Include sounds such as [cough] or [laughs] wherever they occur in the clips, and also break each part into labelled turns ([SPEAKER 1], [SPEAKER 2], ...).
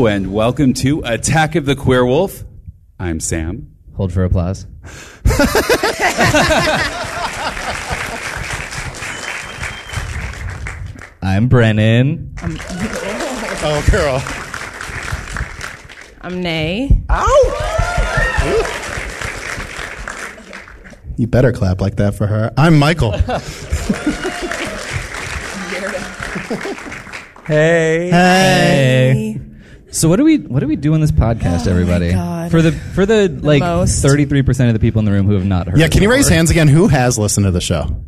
[SPEAKER 1] Welcome to Attack of the Queer Wolf. I'm Sam.
[SPEAKER 2] Hold
[SPEAKER 3] [laughs]
[SPEAKER 2] for applause. I'm Brennan.
[SPEAKER 4] Oh, girl.
[SPEAKER 3] I'm Nay.
[SPEAKER 4] You better clap like that for her. I'm [laughs] Michael.
[SPEAKER 2] Hey. So what do we what do we do on this podcast,
[SPEAKER 3] Oh my
[SPEAKER 2] everybody?
[SPEAKER 3] God.
[SPEAKER 2] For the for the, like
[SPEAKER 3] most.
[SPEAKER 2] thirty three percent of the people in the room who have not heard.
[SPEAKER 4] Yeah, can you
[SPEAKER 2] before.
[SPEAKER 4] raise hands again? Who has listened to the show?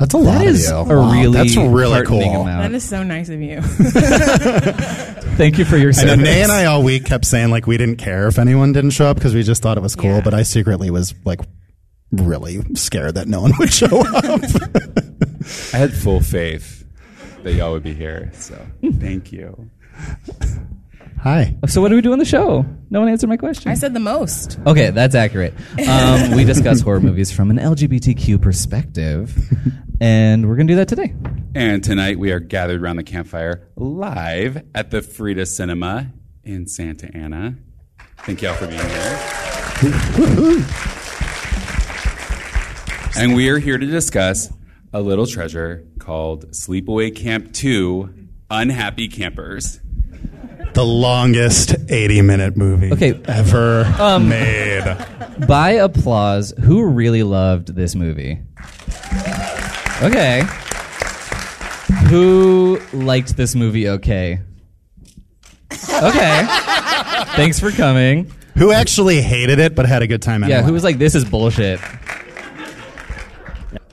[SPEAKER 4] That's a lot
[SPEAKER 2] That is
[SPEAKER 4] of
[SPEAKER 2] a
[SPEAKER 4] you. Wow,
[SPEAKER 2] really
[SPEAKER 4] that's really cool.
[SPEAKER 2] heartening amount.
[SPEAKER 3] That is so nice of [laughs] you.
[SPEAKER 2] Thank you for your
[SPEAKER 4] I
[SPEAKER 2] service.
[SPEAKER 4] know Nay and I all week kept saying like we didn't care if anyone didn't show up because we just thought it was cool,
[SPEAKER 3] Yeah.
[SPEAKER 4] but I secretly was like really scared that no one [laughs] would show up.
[SPEAKER 1] I had full faith that y'all would be here, so thank you.
[SPEAKER 4] Hi.
[SPEAKER 2] So what do we do on the show? No one answered my question.
[SPEAKER 3] I said the most.
[SPEAKER 2] Okay, that's accurate. Um,
[SPEAKER 3] [laughs]
[SPEAKER 2] we discuss horror movies from an LGBTQ perspective, and we're going to do that today.
[SPEAKER 1] And tonight we are gathered around the campfire live at the Frida Cinema in Santa Ana. Thank y'all for being here. and we are here to discuss a little treasure called Sleepaway Camp 2 Unhappy Campers.
[SPEAKER 4] The longest 80 minute movie
[SPEAKER 2] Okay. Um.
[SPEAKER 4] ever made.
[SPEAKER 2] By applause, who really loved this movie? Okay. Who liked this movie okay? Okay. Thanks for coming.
[SPEAKER 4] Who actually hated it but had a good time anyway?
[SPEAKER 2] Yeah, who was like, this is bullshit?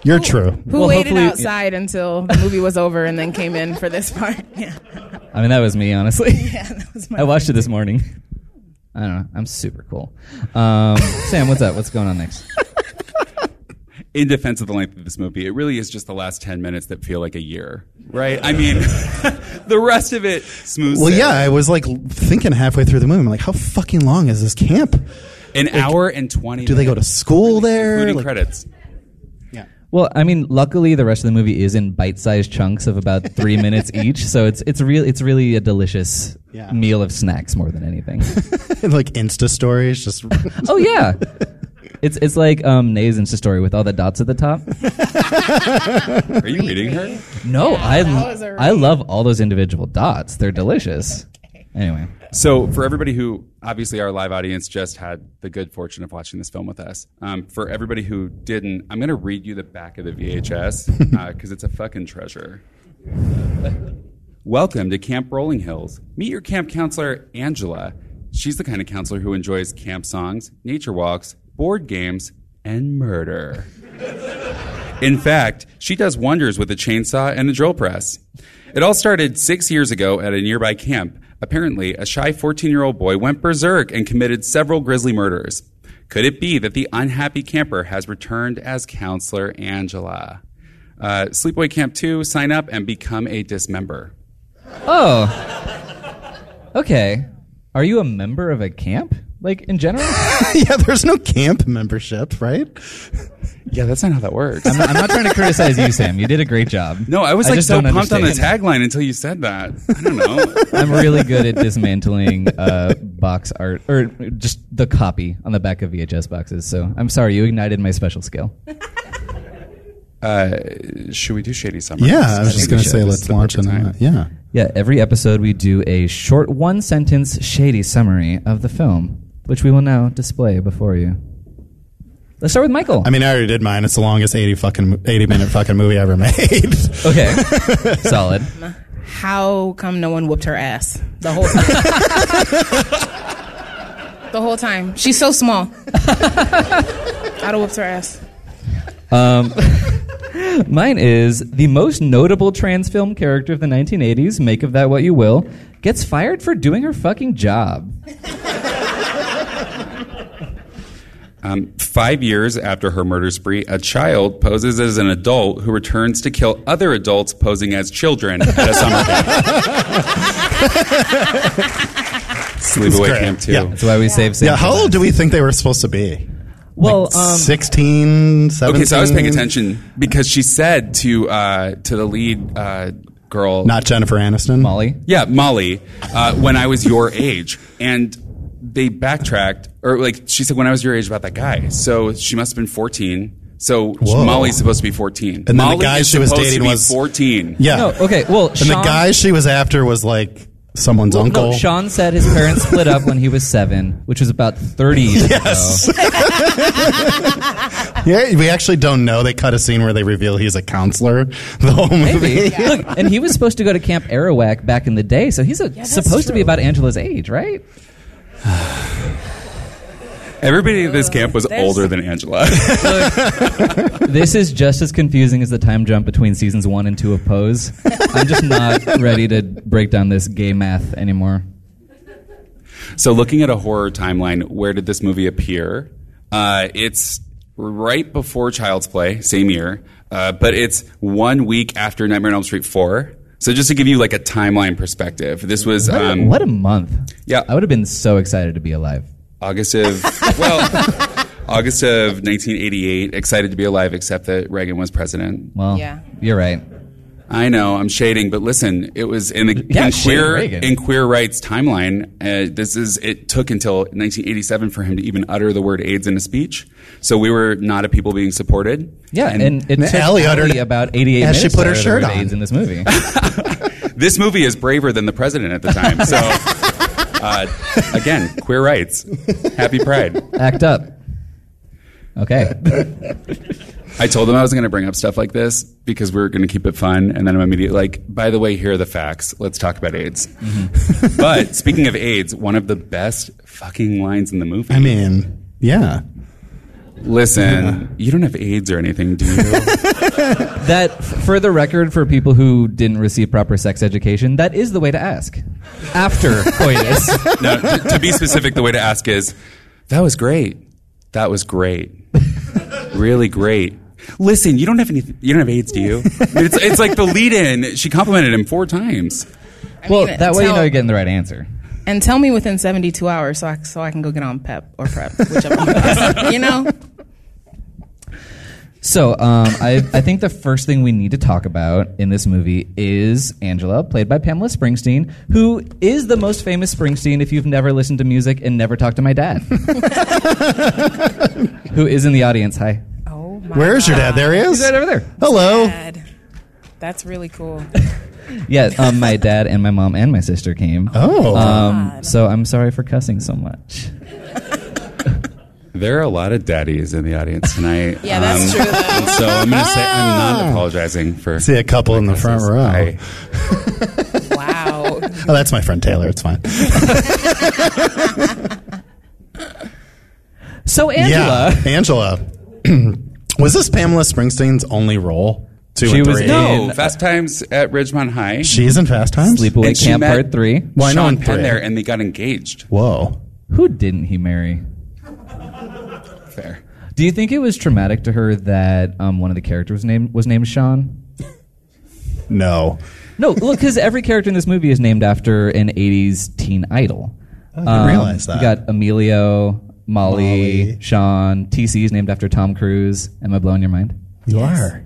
[SPEAKER 4] You're
[SPEAKER 2] "Oh,
[SPEAKER 4] true.
[SPEAKER 3] Who
[SPEAKER 2] Well,
[SPEAKER 3] waited
[SPEAKER 2] hopefully-
[SPEAKER 3] outside until the movie was over and then came in for this [laughs] part? Yeah.
[SPEAKER 2] I mean, that was me, honestly.
[SPEAKER 3] [laughs] Yeah, that was my
[SPEAKER 2] I watched it this morning. I don't know. I'm super cool. Um, Sam, what's up? What's going on next?
[SPEAKER 1] in defense of the length of this movie, it really is just the last 10 minutes that feel like a year, right? I mean, [laughs] the rest of it smooth.
[SPEAKER 4] Well, yeah, I was like thinking halfway through the movie, I'm like, how fucking long is this camp?
[SPEAKER 1] An hour and 20
[SPEAKER 4] Do they go to school there?
[SPEAKER 1] Including
[SPEAKER 4] Like-
[SPEAKER 1] credits.
[SPEAKER 4] Yeah.
[SPEAKER 2] Well, I mean, luckily the rest of the movie is in bite-sized chunks of about
[SPEAKER 1] [laughs]
[SPEAKER 2] three minutes each, so it's it's real it's really a delicious
[SPEAKER 4] Yeah.
[SPEAKER 2] meal of snacks more
[SPEAKER 1] [laughs]
[SPEAKER 2] than anything.
[SPEAKER 4] [laughs] like Insta stories, just [laughs]
[SPEAKER 2] oh yeah, it's it's like um, Nay's Insta story with all the dots at
[SPEAKER 1] [laughs]
[SPEAKER 2] the top.
[SPEAKER 1] Are
[SPEAKER 4] [laughs]
[SPEAKER 1] you reading her?
[SPEAKER 2] No,
[SPEAKER 3] that was a
[SPEAKER 2] I I
[SPEAKER 3] read.
[SPEAKER 2] love all those individual dots. They're delicious. Anyway,
[SPEAKER 1] So, for everybody who obviously our live audience just had the good fortune of watching this film with us, um, for everybody who didn't, I'm going to read you the back of the VHS because uh, it's a fucking treasure. Welcome to Camp Rolling Hills. Meet your camp counselor, Angela. She's the kind of counselor who enjoys camp songs, nature walks, board games, and murder. In fact, she does wonders with a chainsaw and a drill press. It all started six years ago at a nearby camp. Apparently, a shy 14 year old boy went berserk and committed several grisly murders. Could it be that the unhappy camper has returned as counselor Angela? Uh, Sleepaway Camp 2, sign up and become a dismember.
[SPEAKER 2] oh, okay. Are you a member of a camp? Like in
[SPEAKER 1] [laughs]
[SPEAKER 2] general,
[SPEAKER 4] yeah. There's no camp membership, right?
[SPEAKER 1] Yeah, that's not how that works.
[SPEAKER 2] I'm not, I'm not trying to criticize you, Sam. You did a great job.
[SPEAKER 1] no, I was like
[SPEAKER 2] just
[SPEAKER 1] so
[SPEAKER 2] don't
[SPEAKER 1] pumped on the
[SPEAKER 2] understand.
[SPEAKER 1] tagline until you said that. I don't [laughs] know.
[SPEAKER 2] I'm really good at dismantling uh, box art or just the copy on the back of VHS boxes. So I'm sorry, you ignited my special skill.
[SPEAKER 1] Uh, Should we do Shady Summer?
[SPEAKER 4] Yeah, I was
[SPEAKER 1] think
[SPEAKER 4] just
[SPEAKER 1] we
[SPEAKER 4] gonna
[SPEAKER 1] should.
[SPEAKER 4] say
[SPEAKER 1] This is
[SPEAKER 4] let's
[SPEAKER 1] the
[SPEAKER 4] launch on
[SPEAKER 1] perfect time.
[SPEAKER 4] that. Yeah,
[SPEAKER 2] Yeah, every episode we do a short one sentence shady summary of the film, which we will now display before you. Let's start with Michael.
[SPEAKER 4] I mean, I already did mine. It's the longest eighty fucking eighty minute fucking movie ever [laughs] made.
[SPEAKER 2] [laughs]
[SPEAKER 4] [laughs]
[SPEAKER 2] okay, solid.
[SPEAKER 3] How come no one whooped her ass the [laughs] whole time? the whole time. She's so small. I'd have whooped her ass.
[SPEAKER 2] Um, [laughs] Mine is the most notable trans film character of the 1980s. Make of that what you will. Gets fired for doing her fucking job.
[SPEAKER 1] Um, five years after her murder spree, a child poses as an adult who returns to kill other adults posing as children at a summer camp.
[SPEAKER 4] [laughs]
[SPEAKER 1] Sleepaway
[SPEAKER 4] great.
[SPEAKER 1] camp too.
[SPEAKER 4] Yeah.
[SPEAKER 2] That's why we save. Sam
[SPEAKER 4] yeah, how
[SPEAKER 2] for
[SPEAKER 4] old
[SPEAKER 2] last.
[SPEAKER 4] do we think they were supposed to be?
[SPEAKER 2] Well, um,
[SPEAKER 4] 16, 17?
[SPEAKER 1] Okay, so I was paying attention because she said to uh, to the lead uh, girl.
[SPEAKER 4] Not Jennifer Aniston.
[SPEAKER 2] Molly.
[SPEAKER 1] Yeah, Molly, uh, when I was your age. And they backtracked, or like she said, when I was your age about that guy. So she must have been 14. So
[SPEAKER 4] Whoa.
[SPEAKER 1] Molly's supposed to be 14.
[SPEAKER 4] then the
[SPEAKER 1] Molly
[SPEAKER 4] guy
[SPEAKER 1] is
[SPEAKER 4] she was
[SPEAKER 1] supposed to
[SPEAKER 4] dating
[SPEAKER 1] be
[SPEAKER 4] was-
[SPEAKER 1] 14.
[SPEAKER 4] Yeah.
[SPEAKER 2] No, okay. Well,
[SPEAKER 4] And the guy she was after was like someone's uncle.
[SPEAKER 2] No, Sean said his parents split up when he was seven, which was about thirty
[SPEAKER 4] [laughs]
[SPEAKER 2] years
[SPEAKER 4] Yes.
[SPEAKER 2] ago.
[SPEAKER 4] yeah, we actually don't know. They cut a scene where they reveal he's a counselor the whole movie.
[SPEAKER 2] Maybe. Look, and he was supposed to go to Camp Arawak back in the day, so he's a,
[SPEAKER 3] that's
[SPEAKER 2] supposed to be
[SPEAKER 3] true.
[SPEAKER 2] about Angela's age, right?
[SPEAKER 1] Everybody at this camp was
[SPEAKER 3] There's-
[SPEAKER 1] older than Angela. [laughs]
[SPEAKER 2] This is just as confusing as the time jump between seasons one and two of Pose. I'm just not ready to break down this gay math anymore.
[SPEAKER 1] so, looking at a horror timeline, where did this movie appear? Uh, it's right before Child's Play, same year, uh, but it's one week after Nightmare on Elm Street 4. So, just to give you like a timeline perspective, this was
[SPEAKER 2] What, a-
[SPEAKER 1] um,
[SPEAKER 2] what a month!
[SPEAKER 1] yeah.
[SPEAKER 2] I would have been so excited to be alive.
[SPEAKER 1] August of [laughs] well, August of 1988. Excited to be alive, except that Reagan was president.
[SPEAKER 2] Well,
[SPEAKER 3] Yeah.
[SPEAKER 2] you're right.
[SPEAKER 1] I know I'm shading, but listen, it was in, the,
[SPEAKER 2] Yeah,
[SPEAKER 1] in
[SPEAKER 2] shade
[SPEAKER 1] queer
[SPEAKER 2] Reagan.
[SPEAKER 1] in queer rights timeline. Uh, this is it took until 1987 for him to even utter the word AIDS in a speech. So we were not a people being supported.
[SPEAKER 2] Yeah, and, it
[SPEAKER 4] And
[SPEAKER 2] took
[SPEAKER 4] Ellie uttered
[SPEAKER 2] Ellie
[SPEAKER 4] it
[SPEAKER 2] about 88
[SPEAKER 4] as
[SPEAKER 2] minutes
[SPEAKER 4] she put
[SPEAKER 2] to utter
[SPEAKER 4] her
[SPEAKER 2] the
[SPEAKER 4] shirt
[SPEAKER 2] word
[SPEAKER 4] on.
[SPEAKER 2] AIDS in this movie.
[SPEAKER 4] [laughs]
[SPEAKER 1] this movie is braver than the president at the time. So [laughs] uh, again, queer rights, happy pride.
[SPEAKER 2] Act up. Okay.
[SPEAKER 1] I told them I was going to bring up stuff like this because we were going to keep it fun, and then I'm immediately like, "By the way, here are the facts. Let's talk about AIDS." [laughs]
[SPEAKER 4] Mm-hmm.
[SPEAKER 1] but speaking of AIDS, one of the best fucking lines in the movie.
[SPEAKER 4] [laughs] I mean, yeah.
[SPEAKER 1] Listen, you don't have AIDS or anything, do you?
[SPEAKER 2] that, f- for the record, for people who didn't receive proper sex education, that is the way to ask. After coitus.
[SPEAKER 1] no. To, to be specific, the way to ask is, "That was great. That was great. really great." Listen, you don't have any. You don't have AIDS, do you? It's, it's like the lead-in. She complimented him four times.
[SPEAKER 3] I
[SPEAKER 2] well,
[SPEAKER 3] mean,
[SPEAKER 2] that way you know
[SPEAKER 3] tell-
[SPEAKER 2] you're getting the right answer.
[SPEAKER 3] And tell me within 72 hours so I, so I can go get on PEP or PrEP, whichever one it is. You know?
[SPEAKER 2] So, um, I, I think the first thing we need to talk about in this movie is Angela, played by Pamela Springsteen, who is the most famous Springsteen if you've never listened to music and never talked to my dad, who is in the audience. Hi.
[SPEAKER 3] Oh, my
[SPEAKER 4] Where is your dad? There he is.
[SPEAKER 2] Uh, He's right over there.
[SPEAKER 4] Hello.
[SPEAKER 3] God. That's really cool.
[SPEAKER 2] Yeah, um, my dad and my mom and my sister came.
[SPEAKER 4] Oh.
[SPEAKER 2] Um, so I'm sorry for cussing so much.
[SPEAKER 1] There are a lot of daddies in the audience tonight. Um,
[SPEAKER 3] Yeah, that's
[SPEAKER 4] Um,
[SPEAKER 3] true, though.
[SPEAKER 1] and So I'm going to say I'm
[SPEAKER 4] [laughs]
[SPEAKER 1] not apologizing for.
[SPEAKER 4] See a couple in the front row.
[SPEAKER 1] I-
[SPEAKER 3] Wow.
[SPEAKER 4] Oh, that's my friend Taylor. It's fine.
[SPEAKER 2] So Angela,
[SPEAKER 4] Yeah. Angela. [clears throat] was this Pamela Springsteen's only role? Two
[SPEAKER 2] She
[SPEAKER 4] and
[SPEAKER 2] was
[SPEAKER 4] three.
[SPEAKER 2] in-
[SPEAKER 1] no, Oh, Fast Times at Ridgemont High.
[SPEAKER 4] She's in Fast Times.
[SPEAKER 2] Sleepaway
[SPEAKER 1] And she
[SPEAKER 2] Camp
[SPEAKER 1] met-
[SPEAKER 2] Part Three.
[SPEAKER 4] Why not
[SPEAKER 1] Sean
[SPEAKER 4] in
[SPEAKER 1] Penn
[SPEAKER 4] three?
[SPEAKER 1] there, and they got engaged.
[SPEAKER 4] Whoa.
[SPEAKER 2] Who didn't he marry?
[SPEAKER 1] Fair.
[SPEAKER 2] Do you think it was traumatic to her that um, one of the characters was named was named Sean?
[SPEAKER 4] No.
[SPEAKER 2] No, look, because every character in this movie is named after an '80s teen idol. I
[SPEAKER 4] didn't realize that.
[SPEAKER 2] You got Emilio, Molly,
[SPEAKER 4] Molly.
[SPEAKER 2] Sean. TC is named after Tom Cruise. Am I blowing your mind?
[SPEAKER 4] You are.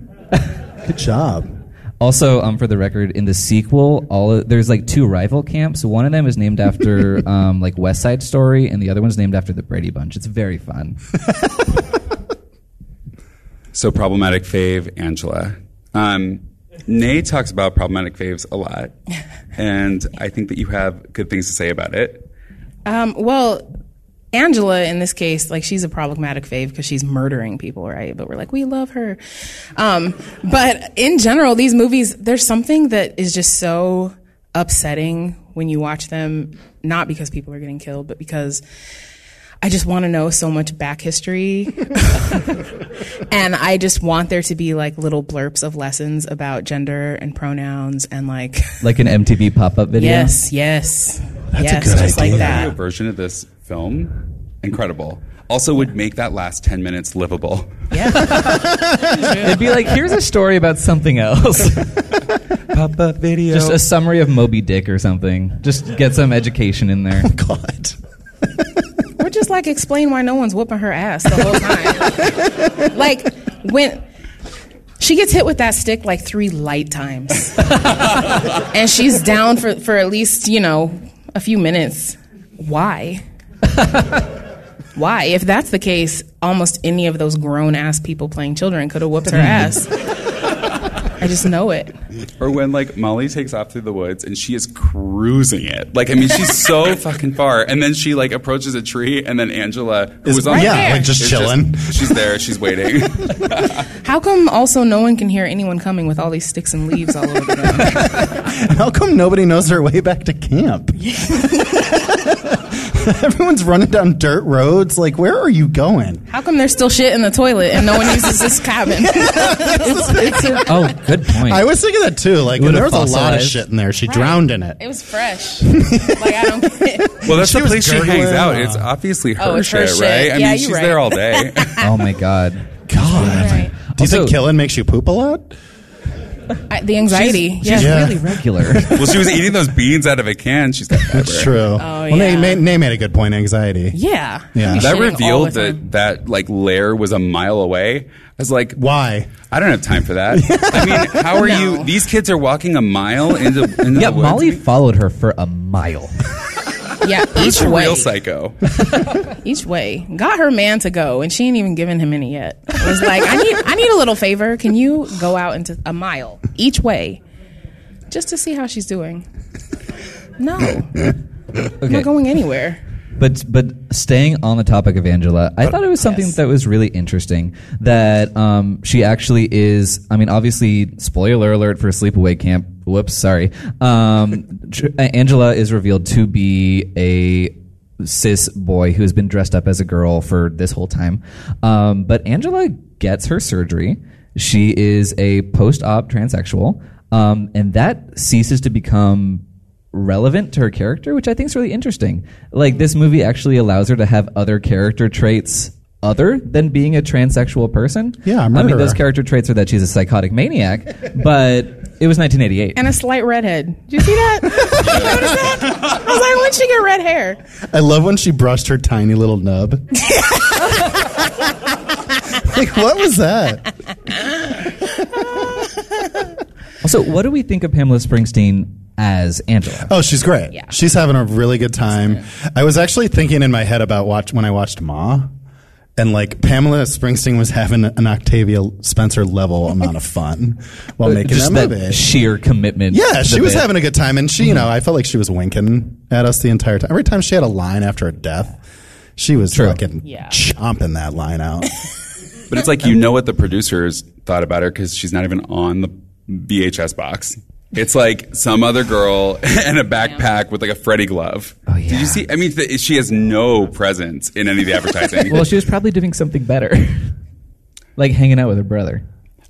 [SPEAKER 4] Good job. [laughs]
[SPEAKER 2] Also, um, for the record, in the sequel, all of, there's like two rival camps. One of them is named after um, like West Side Story, and the other one's named after the Brady Bunch. It's very fun.
[SPEAKER 1] So problematic fave Angela. Um, Nay talks about problematic faves a
[SPEAKER 4] [laughs]
[SPEAKER 1] lot, and I think that you have good things to say about it.
[SPEAKER 3] Um, well, Angela, in this case, like she's a problematic fave because she's murdering people, right? But we're like, we love her. Um, but in general, these movies, there's something that is just so upsetting when you watch them, not because people are getting killed, but because I just want to know so much back history. [laughs] and I just want there to be like little blurps of lessons about gender and pronouns and like,
[SPEAKER 2] Like an MTV pop-up video.
[SPEAKER 3] [laughs] yes, yes. That's yes,
[SPEAKER 4] good
[SPEAKER 3] just
[SPEAKER 4] idea.
[SPEAKER 3] like
[SPEAKER 1] The video
[SPEAKER 3] that.
[SPEAKER 1] version of this film, incredible. Also, would make that last ten minutes livable.
[SPEAKER 3] Yeah.
[SPEAKER 2] [laughs] It'd be like, here's a story about something else.
[SPEAKER 1] Pop-up video.
[SPEAKER 2] Just a summary of Moby Dick or something. Just get some education in there.
[SPEAKER 4] God.
[SPEAKER 3] Or just like explain why no one's whooping her ass the whole time. like when she She gets hit with that stick like three light times. and she's down for, for at least, you know, a few minutes. Why? Why? If that's the case, almost any of those grown ass people playing children could have whooped her ass. I just know it.
[SPEAKER 1] Or when like Molly takes off through the woods and she is cruising it. Like I mean,
[SPEAKER 3] [laughs]
[SPEAKER 1] she's so fucking far, and then she like approaches a tree, and then Angela, who
[SPEAKER 4] Is-
[SPEAKER 1] was on
[SPEAKER 4] yeah,
[SPEAKER 1] the-
[SPEAKER 3] like,
[SPEAKER 4] just
[SPEAKER 1] is
[SPEAKER 4] chilling.
[SPEAKER 1] she's there, she's [laughs] waiting.
[SPEAKER 3] How come also no one can hear anyone coming with all these sticks and leaves all over them?
[SPEAKER 4] How come nobody knows their way back to
[SPEAKER 3] [laughs]
[SPEAKER 4] camp? [laughs] Everyone's running down dirt roads. Like, where are you going?
[SPEAKER 3] How come there's still shit in the toilet and no one uses this
[SPEAKER 2] [laughs]
[SPEAKER 3] cabin?
[SPEAKER 2] oh, good point.
[SPEAKER 4] I was thinking that too. Like, and there
[SPEAKER 2] have
[SPEAKER 4] was a lot of
[SPEAKER 2] fossilized.
[SPEAKER 4] shit in there. She drowned in it.
[SPEAKER 3] It was fresh. like I don't get it.
[SPEAKER 1] Well, that's
[SPEAKER 4] She
[SPEAKER 1] the
[SPEAKER 4] was
[SPEAKER 1] place she hangs
[SPEAKER 4] gurgling.
[SPEAKER 1] out. It's obviously her,
[SPEAKER 3] Oh, it's her
[SPEAKER 1] shit,
[SPEAKER 3] shit.
[SPEAKER 1] right?
[SPEAKER 3] Yeah,
[SPEAKER 1] I mean,
[SPEAKER 3] you're
[SPEAKER 1] she's
[SPEAKER 3] right.
[SPEAKER 1] there
[SPEAKER 3] [laughs]
[SPEAKER 1] all day.
[SPEAKER 2] oh my god.
[SPEAKER 4] God.
[SPEAKER 3] Right.
[SPEAKER 4] Do you
[SPEAKER 2] Also-
[SPEAKER 4] think killing makes you poop a lot?
[SPEAKER 3] I, the anxiety.
[SPEAKER 2] She's,
[SPEAKER 3] yeah.
[SPEAKER 2] she's
[SPEAKER 4] Yeah.
[SPEAKER 2] really regular.
[SPEAKER 1] well, she was eating those beans out of a can. She's got fiber.
[SPEAKER 4] That's true. well, Nay,
[SPEAKER 3] Oh, yeah.
[SPEAKER 4] Nay- Nay made a good point. Anxiety.
[SPEAKER 3] yeah.
[SPEAKER 4] Yeah.
[SPEAKER 3] Be
[SPEAKER 1] That
[SPEAKER 3] shitting all
[SPEAKER 1] revealed
[SPEAKER 3] the
[SPEAKER 1] that
[SPEAKER 3] time.
[SPEAKER 1] that like lair was a mile away. I was like,
[SPEAKER 4] Why?
[SPEAKER 1] I don't have time for [laughs] that. I mean, how are you?
[SPEAKER 3] No.
[SPEAKER 1] These kids are walking a mile into, into
[SPEAKER 2] yeah,
[SPEAKER 1] the woods.
[SPEAKER 2] Molly followed her for a mile.
[SPEAKER 1] [laughs]
[SPEAKER 3] Yeah.
[SPEAKER 1] She's
[SPEAKER 3] Each
[SPEAKER 1] a
[SPEAKER 3] way.
[SPEAKER 1] real psycho.
[SPEAKER 3] Each way. Got her man to go, and she ain't even given him any yet. It was like, I need, I need a little favor. Can you go out into a mile each way, just to see how she's doing?
[SPEAKER 1] [laughs]
[SPEAKER 3] No, I'm
[SPEAKER 2] Okay.
[SPEAKER 3] not going anywhere.
[SPEAKER 2] But but staying on the topic of Angela, I thought it was something
[SPEAKER 3] Yes.
[SPEAKER 2] that was really interesting that um, she actually is. I mean, obviously, spoiler alert for Sleepaway Camp. Whoops, sorry. Um, tr- Angela is revealed to be a cis boy who has been dressed up as a girl for this whole time. Um, but Angela gets her surgery. She is a post-op transsexual, um, and that ceases to become relevant to her character, which I think is really interesting. Like this movie actually allows her to have other character traits other than being a transsexual person.
[SPEAKER 4] Yeah, a
[SPEAKER 2] I mean
[SPEAKER 4] murderer.
[SPEAKER 2] those character traits are that she's a psychotic maniac,
[SPEAKER 4] [laughs]
[SPEAKER 2] but it was 1988.
[SPEAKER 3] And a slight redhead. Did you see that? Did you notice that? I was like, when she get red hair?
[SPEAKER 4] I love when she brushed her tiny little nub.
[SPEAKER 3] [laughs]
[SPEAKER 4] like, what was that?
[SPEAKER 2] also, what do we think of Pamela Springsteen as Angela?
[SPEAKER 4] Oh, she's great.
[SPEAKER 3] Yeah.
[SPEAKER 4] She's having a really good time. I was actually thinking in my head about watch when I watched Ma. And like Pamela Springsteen was having an Octavia Spencer level amount of fun while making
[SPEAKER 2] Uh, Just
[SPEAKER 4] that
[SPEAKER 2] that
[SPEAKER 4] movie.
[SPEAKER 2] sheer commitment. to
[SPEAKER 4] yeah,
[SPEAKER 2] the
[SPEAKER 4] she
[SPEAKER 2] bit.
[SPEAKER 4] was
[SPEAKER 2] Mm-hmm.
[SPEAKER 4] having a good time, and she, you know, I felt like she was winking at us the entire time. Every time she had a line after a death, she was
[SPEAKER 2] True.
[SPEAKER 4] fucking
[SPEAKER 3] Yeah.
[SPEAKER 4] chomping that
[SPEAKER 2] [laughs]
[SPEAKER 4] line out.
[SPEAKER 1] But it's like you know what the producers thought about her because she's not even on the VHS box. It's like some other girl [laughs] and a backpack with like a Freddy glove. Oh,
[SPEAKER 2] yeah.
[SPEAKER 1] Did you see? I mean, the, she has no presence in any of the advertising.
[SPEAKER 2] [laughs] Well, she was probably doing something better, [laughs] like hanging out with her brother.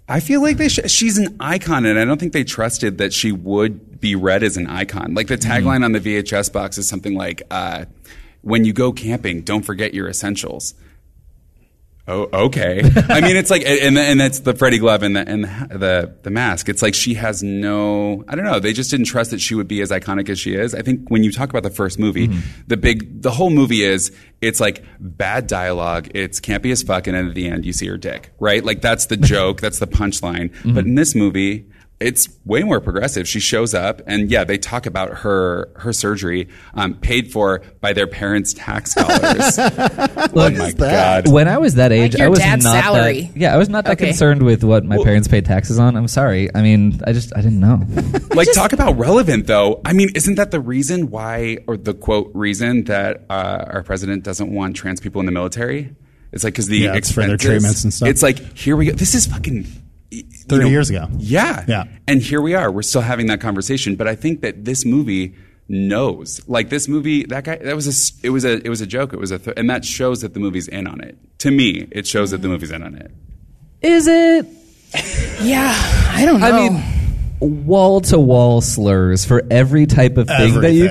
[SPEAKER 1] I feel like they sh- she's an icon, and I don't think they trusted that she would be read as an icon. Like the
[SPEAKER 2] Mm-hmm.
[SPEAKER 1] tagline on the VHS box is something like, uh, "When you go camping, don't forget your essentials." Oh, okay. I mean, it's like, and and that's the Freddy glove and the and the, the the mask. It's like she has no. I don't know. They just didn't trust that she would be as iconic as she is. I think when you talk about the first movie, the big, the whole movie is it's like bad dialogue. It's campy as fuck, and then at the end you see her dick, right? Like that's the joke, that's the punchline. But in this movie, it's way more progressive. She shows up, and yeah, they talk about her her surgery um, paid for by their parents' tax dollars. oh my god.
[SPEAKER 2] When I was that age,
[SPEAKER 3] Like your
[SPEAKER 2] I was
[SPEAKER 3] dad's
[SPEAKER 2] not
[SPEAKER 3] salary.
[SPEAKER 2] That, yeah, I was not that
[SPEAKER 3] Okay.
[SPEAKER 2] concerned with what my parents paid taxes on. I'm sorry. I mean, I just I
[SPEAKER 3] [laughs]
[SPEAKER 2] didn't know.
[SPEAKER 1] like talk about relevant though i mean isn't that the reason why or the quote reason that uh, our president doesn't want trans people in the military it's like because the
[SPEAKER 4] Yeah, it's for their
[SPEAKER 1] expenses-
[SPEAKER 4] treatments and stuff.
[SPEAKER 1] it's like here we go this is fucking you
[SPEAKER 4] 30 years ago.
[SPEAKER 1] yeah
[SPEAKER 4] Yeah.
[SPEAKER 1] and here we are we're still having that conversation but i think that this movie knows like this movie that guy that was a s- it was a it was a joke it was a th- and that shows that the movie's in on it to me it shows that the movie's in on it
[SPEAKER 2] Is it?
[SPEAKER 3] Yeah, I don't know.
[SPEAKER 2] I mean, wall to wall slurs for every type of thing that you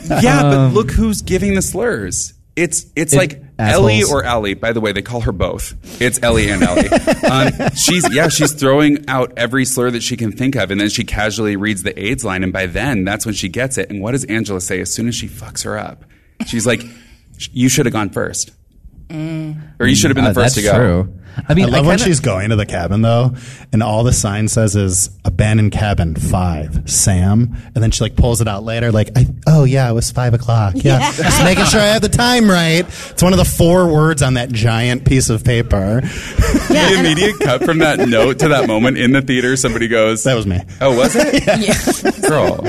[SPEAKER 1] [laughs]
[SPEAKER 2] can be.
[SPEAKER 1] Yeah, but look who's giving the slurs. It's it's
[SPEAKER 2] It-
[SPEAKER 1] like Ellie
[SPEAKER 2] assholes.
[SPEAKER 1] or Allie. By the way, they call her both. It's Ellie and Allie. um, she's yeah, she's throwing out every slur that she can think of, and then she casually reads the AIDS line, and by then that's when she gets it. And what does Angela say as soon as she fucks her up? She's like, "You should have gone first, or you should have been
[SPEAKER 2] Uh,
[SPEAKER 1] the first
[SPEAKER 2] that's
[SPEAKER 1] to go."
[SPEAKER 2] true. I mean,
[SPEAKER 4] I love when
[SPEAKER 2] kinda-
[SPEAKER 4] she's going to the cabin though, and all the sign says is abandoned cabin five, Sam, and then she like pulls it out later, like, I, oh yeah, it was five o'clock. Yeah, just making sure I have the time right. It's one of the four words on that giant piece of paper. [laughs]
[SPEAKER 3] Yeah,
[SPEAKER 1] the
[SPEAKER 3] and- [laughs]
[SPEAKER 1] immediate cut from that note to that moment in the theater, somebody goes,
[SPEAKER 4] that was me.
[SPEAKER 1] "Oh, was it, girl?"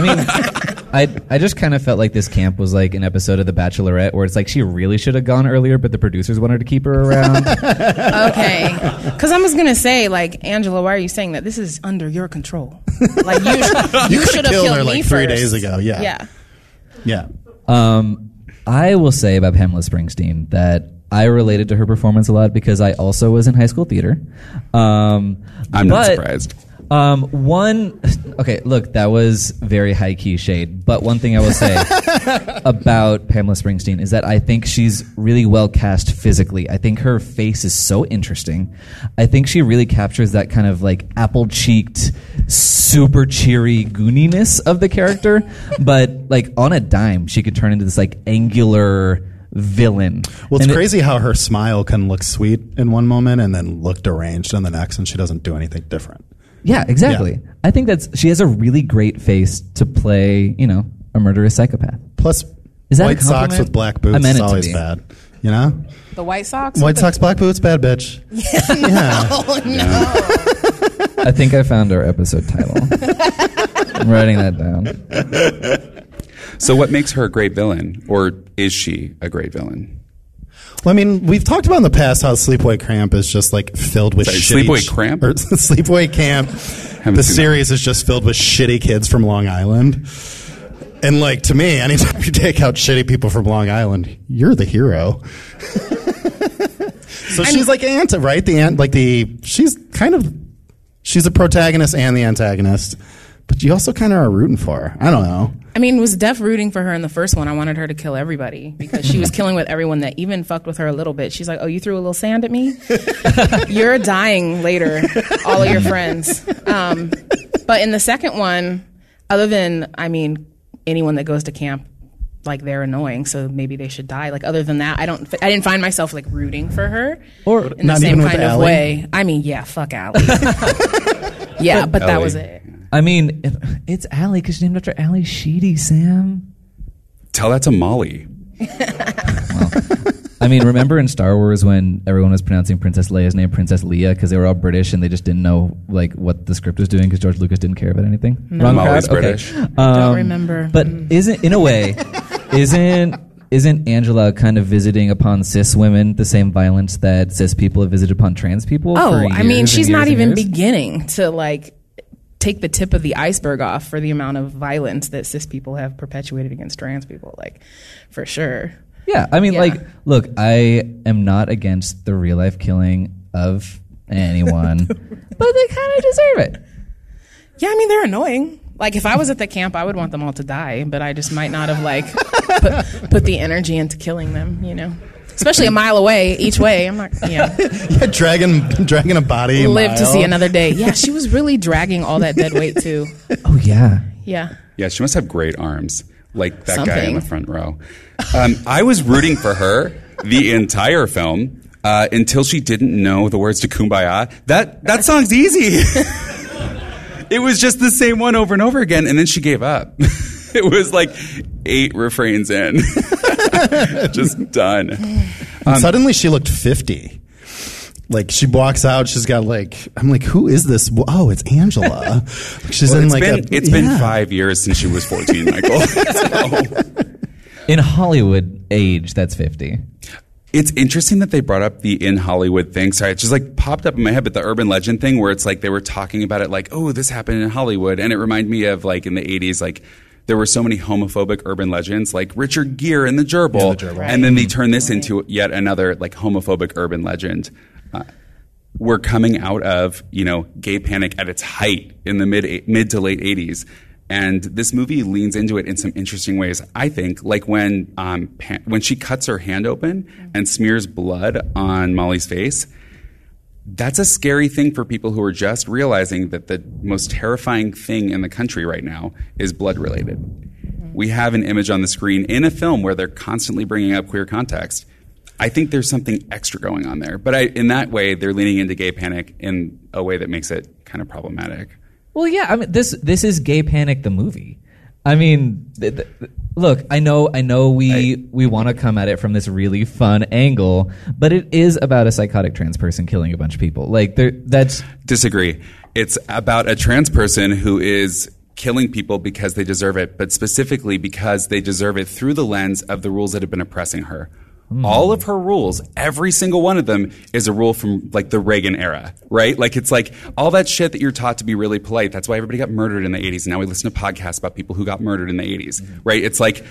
[SPEAKER 1] [laughs]
[SPEAKER 2] mean, I I just kind of felt like this camp was like an episode of The Bachelorette where it's like she really should have gone earlier, but the producers wanted to keep her around.
[SPEAKER 3] Okay. Because I was going to say, like, Angela, why are you saying that? This is under your control. Like,
[SPEAKER 4] [laughs]
[SPEAKER 3] you, sh- you,
[SPEAKER 4] could've
[SPEAKER 3] should have
[SPEAKER 4] killed
[SPEAKER 3] killed,
[SPEAKER 4] her,
[SPEAKER 3] me
[SPEAKER 4] like, three
[SPEAKER 3] first.
[SPEAKER 4] days ago. Yeah.
[SPEAKER 3] Yeah.
[SPEAKER 4] Yeah,
[SPEAKER 2] Um, I will say about Pamela Springsteen that I related to her performance a lot because I also was in high school theater. Um,
[SPEAKER 1] I'm not
[SPEAKER 2] but,
[SPEAKER 1] surprised.
[SPEAKER 2] Um, one, okay, look, that was very high key shade. But one thing I will
[SPEAKER 4] [laughs]
[SPEAKER 2] say about Pamela Springsteen is that I think she's really well cast physically. I think her face is so interesting. I think she really captures that kind of like apple cheeked, super cheery gooniness of the
[SPEAKER 4] [laughs]
[SPEAKER 2] character. but like on a dime, she could turn into this like angular villain.
[SPEAKER 4] Well, it's
[SPEAKER 2] And it-
[SPEAKER 4] crazy how her smile can look sweet in one moment and then look deranged in the next, and she doesn't do anything different.
[SPEAKER 2] yeah, exactly. I think that's she has a really great face to play, you know, a murderous psychopath.
[SPEAKER 4] Plus,
[SPEAKER 2] Is that a
[SPEAKER 4] white socks
[SPEAKER 2] compliment?
[SPEAKER 4] with black
[SPEAKER 2] I
[SPEAKER 4] boots
[SPEAKER 2] meant
[SPEAKER 4] is
[SPEAKER 2] it to
[SPEAKER 4] always
[SPEAKER 2] be.
[SPEAKER 4] bad. You know,
[SPEAKER 3] The White Sox?
[SPEAKER 4] white socks, black boots, bad bitch.
[SPEAKER 3] Oh, no.
[SPEAKER 2] I think I found our episode title. I'm writing that down.
[SPEAKER 1] So, what makes her a great villain, or is she a great villain?
[SPEAKER 4] Well, I mean, we've talked about in the past how Sleepaway Camp is just like filled with
[SPEAKER 1] Sorry,
[SPEAKER 4] shitty
[SPEAKER 1] Sleepaway Cramp?
[SPEAKER 4] or [laughs]
[SPEAKER 1] [laughs]
[SPEAKER 4] Sleepaway Camp. The
[SPEAKER 1] seen
[SPEAKER 4] series is just filled with shitty kids from Long Island. And like to me, anytime you take out shitty people from Long Island, you're the hero. [laughs] so she's like ant, right? The ant, like the she's kind of she's the protagonist and the antagonist, but you also kind of are rooting for her. I don't know. [laughs]
[SPEAKER 3] I mean, was Def rooting for her in the first one? I wanted her to kill everybody because she was
[SPEAKER 4] [laughs]
[SPEAKER 3] killing with everyone that even fucked with her a little bit. She's like, "Oh, you threw a little sand at me. [laughs] You're dying later, all of your friends." Um, but in the second one, other than I mean, anyone that goes to camp, like they're annoying, so maybe they should die. Like other than that, I don't. I didn't find myself like rooting for her
[SPEAKER 2] Or
[SPEAKER 3] in the
[SPEAKER 4] not
[SPEAKER 3] same
[SPEAKER 4] even with
[SPEAKER 3] kind of
[SPEAKER 4] Ally?
[SPEAKER 3] way. I mean, yeah, fuck Allie. [laughs] yeah, but that
[SPEAKER 1] Ally.
[SPEAKER 3] was it.
[SPEAKER 2] I mean, if- it's Allie because she's named after Allie Sheedy, Sam.
[SPEAKER 1] Tell that to Molly.
[SPEAKER 2] I mean, remember in Star Wars when everyone was pronouncing Princess Leia's name Princess Leia because they were all British and they just didn't know like what the script was doing because George Lucas didn't care about anything. Wrong
[SPEAKER 1] Molly's
[SPEAKER 2] crowd?
[SPEAKER 1] British.
[SPEAKER 2] Okay.
[SPEAKER 3] Don't
[SPEAKER 2] Um,
[SPEAKER 3] remember. Mm.
[SPEAKER 2] But isn't in a way, isn't isn't Angela kind of visiting upon cis women the same violence that cis people have visited upon trans people?
[SPEAKER 3] Oh,
[SPEAKER 2] for
[SPEAKER 3] I mean,
[SPEAKER 2] years and
[SPEAKER 3] she's not
[SPEAKER 2] years and
[SPEAKER 3] even
[SPEAKER 2] years?
[SPEAKER 3] beginning to like take the tip of the iceberg off for the amount of violence that cis people have perpetuated against trans people, like for sure.
[SPEAKER 2] Yeah, I mean,
[SPEAKER 3] Yeah.
[SPEAKER 2] like, look, I am not against the real life killing of
[SPEAKER 3] [laughs]
[SPEAKER 2] anyone, but they kind of deserve it.
[SPEAKER 3] Yeah, I mean they're annoying. Like if I was at the camp, I would want them all to die, but I just might not have like put, put the energy into killing them, you know. Especially a mile away each way. I'm not, you know,
[SPEAKER 4] Yeah, dragging dragging a body. [laughs] a
[SPEAKER 3] live to
[SPEAKER 4] mile.
[SPEAKER 3] see another day. Yeah, she was really dragging all that dead weight too.
[SPEAKER 2] Oh yeah,
[SPEAKER 3] Yeah.
[SPEAKER 1] Yeah, she must have great arms, like that guy in
[SPEAKER 3] Something.
[SPEAKER 1] the front row. Um, I was rooting for her the entire film uh, until she didn't know the words to "Kumbaya." That that song's easy. [laughs] it was just the same one over and over again, and then she gave up. [laughs] it was like eight refrains in, [laughs] just done.
[SPEAKER 4] And suddenly she looked 50. Like she walks out, she's got like I'm like, who is this? wo- Oh, it's
[SPEAKER 1] [laughs]
[SPEAKER 4] Angela. She's in
[SPEAKER 1] It's
[SPEAKER 4] like
[SPEAKER 1] been
[SPEAKER 4] a,
[SPEAKER 1] it's been
[SPEAKER 4] yeah.
[SPEAKER 1] five years since she was fourteen, Michael. [laughs] So-
[SPEAKER 2] in Hollywood age, that's fifty.
[SPEAKER 1] It's interesting that they brought up the in Hollywood thing. Sorry, it just like popped up in my head, but the urban legend thing where it's like they were talking about it like, oh, this happened in Hollywood. And it reminded me of like in the 80s, like there were so many homophobic urban legends like Richard Gere and the gerbil.
[SPEAKER 4] the gerbil.
[SPEAKER 1] And then they turned this into yet another like homophobic urban legend. Uh, we're coming out of, you know, gay panic at its height in the mid mid to late 80s. And this movie leans into it in some interesting ways, I think, like when um, pa- when she cuts her hand open and smears blood on Molly's face. That's a scary thing for people who are just realizing that the most terrifying thing in the country right now is blood related. We have an image on the screen in a film where they're constantly bringing up queer context. I think there's something extra going on there. But I, in that way, they're leaning into gay panic in a way that makes it kind of problematic.
[SPEAKER 2] Well, yeah. I mean, this this is Gay Panic the movie. I mean, th- th- look. I know. I know. We we want to come at it from this really fun angle, but it is about a psychotic trans person killing a bunch of people. Like, there. That's
[SPEAKER 1] Disagree. It's about a trans person who is killing people because they deserve it, but specifically because they deserve it through the lens of the rules that have been oppressing her. All of her rules, every single one of them is a rule from like the Reagan era, right? Like it's like all that shit that you're taught to be really polite. That's why everybody got murdered in the 80s. And now we listen to podcasts about people who got murdered in the 80s, right? It's like,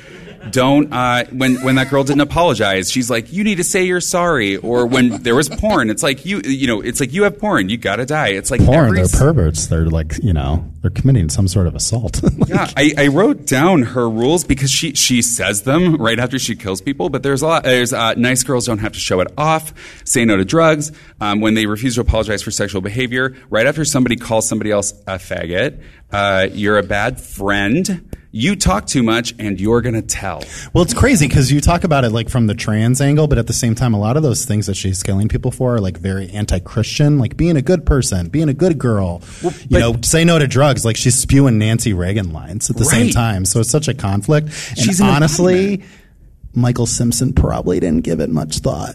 [SPEAKER 1] don't, uh, when, when that girl didn't apologize, she's like, you need to say you're sorry. Or when there was porn, it's like, you, you know, it's like, you have porn, you gotta die. It's like,
[SPEAKER 4] Porn,
[SPEAKER 1] every
[SPEAKER 4] they're
[SPEAKER 1] s-
[SPEAKER 4] perverts. They're like, you know, they're committing some sort of assault. [laughs] Like,
[SPEAKER 1] yeah, I, I wrote down her rules because she she says them right after she kills people. But there's a lot. There's uh, nice girls don't have to show it off. Say no to drugs. Um, when they refuse to apologize for sexual behavior, right after somebody calls somebody else a faggot, uh, you're a bad friend. You talk too much, and you're gonna tell.
[SPEAKER 4] Well, it's crazy because you talk about it like from the trans angle, but at the same time, a lot of those things that she's killing people for are like very anti-Christian, like being a good person, being a good girl. you know, say no to drugs. Like she's spewing Nancy Reagan lines at the same
[SPEAKER 1] Right.
[SPEAKER 4] time, so it's such a conflict. And
[SPEAKER 1] She's an
[SPEAKER 4] honestly, Michael Simpson probably didn't give it much thought.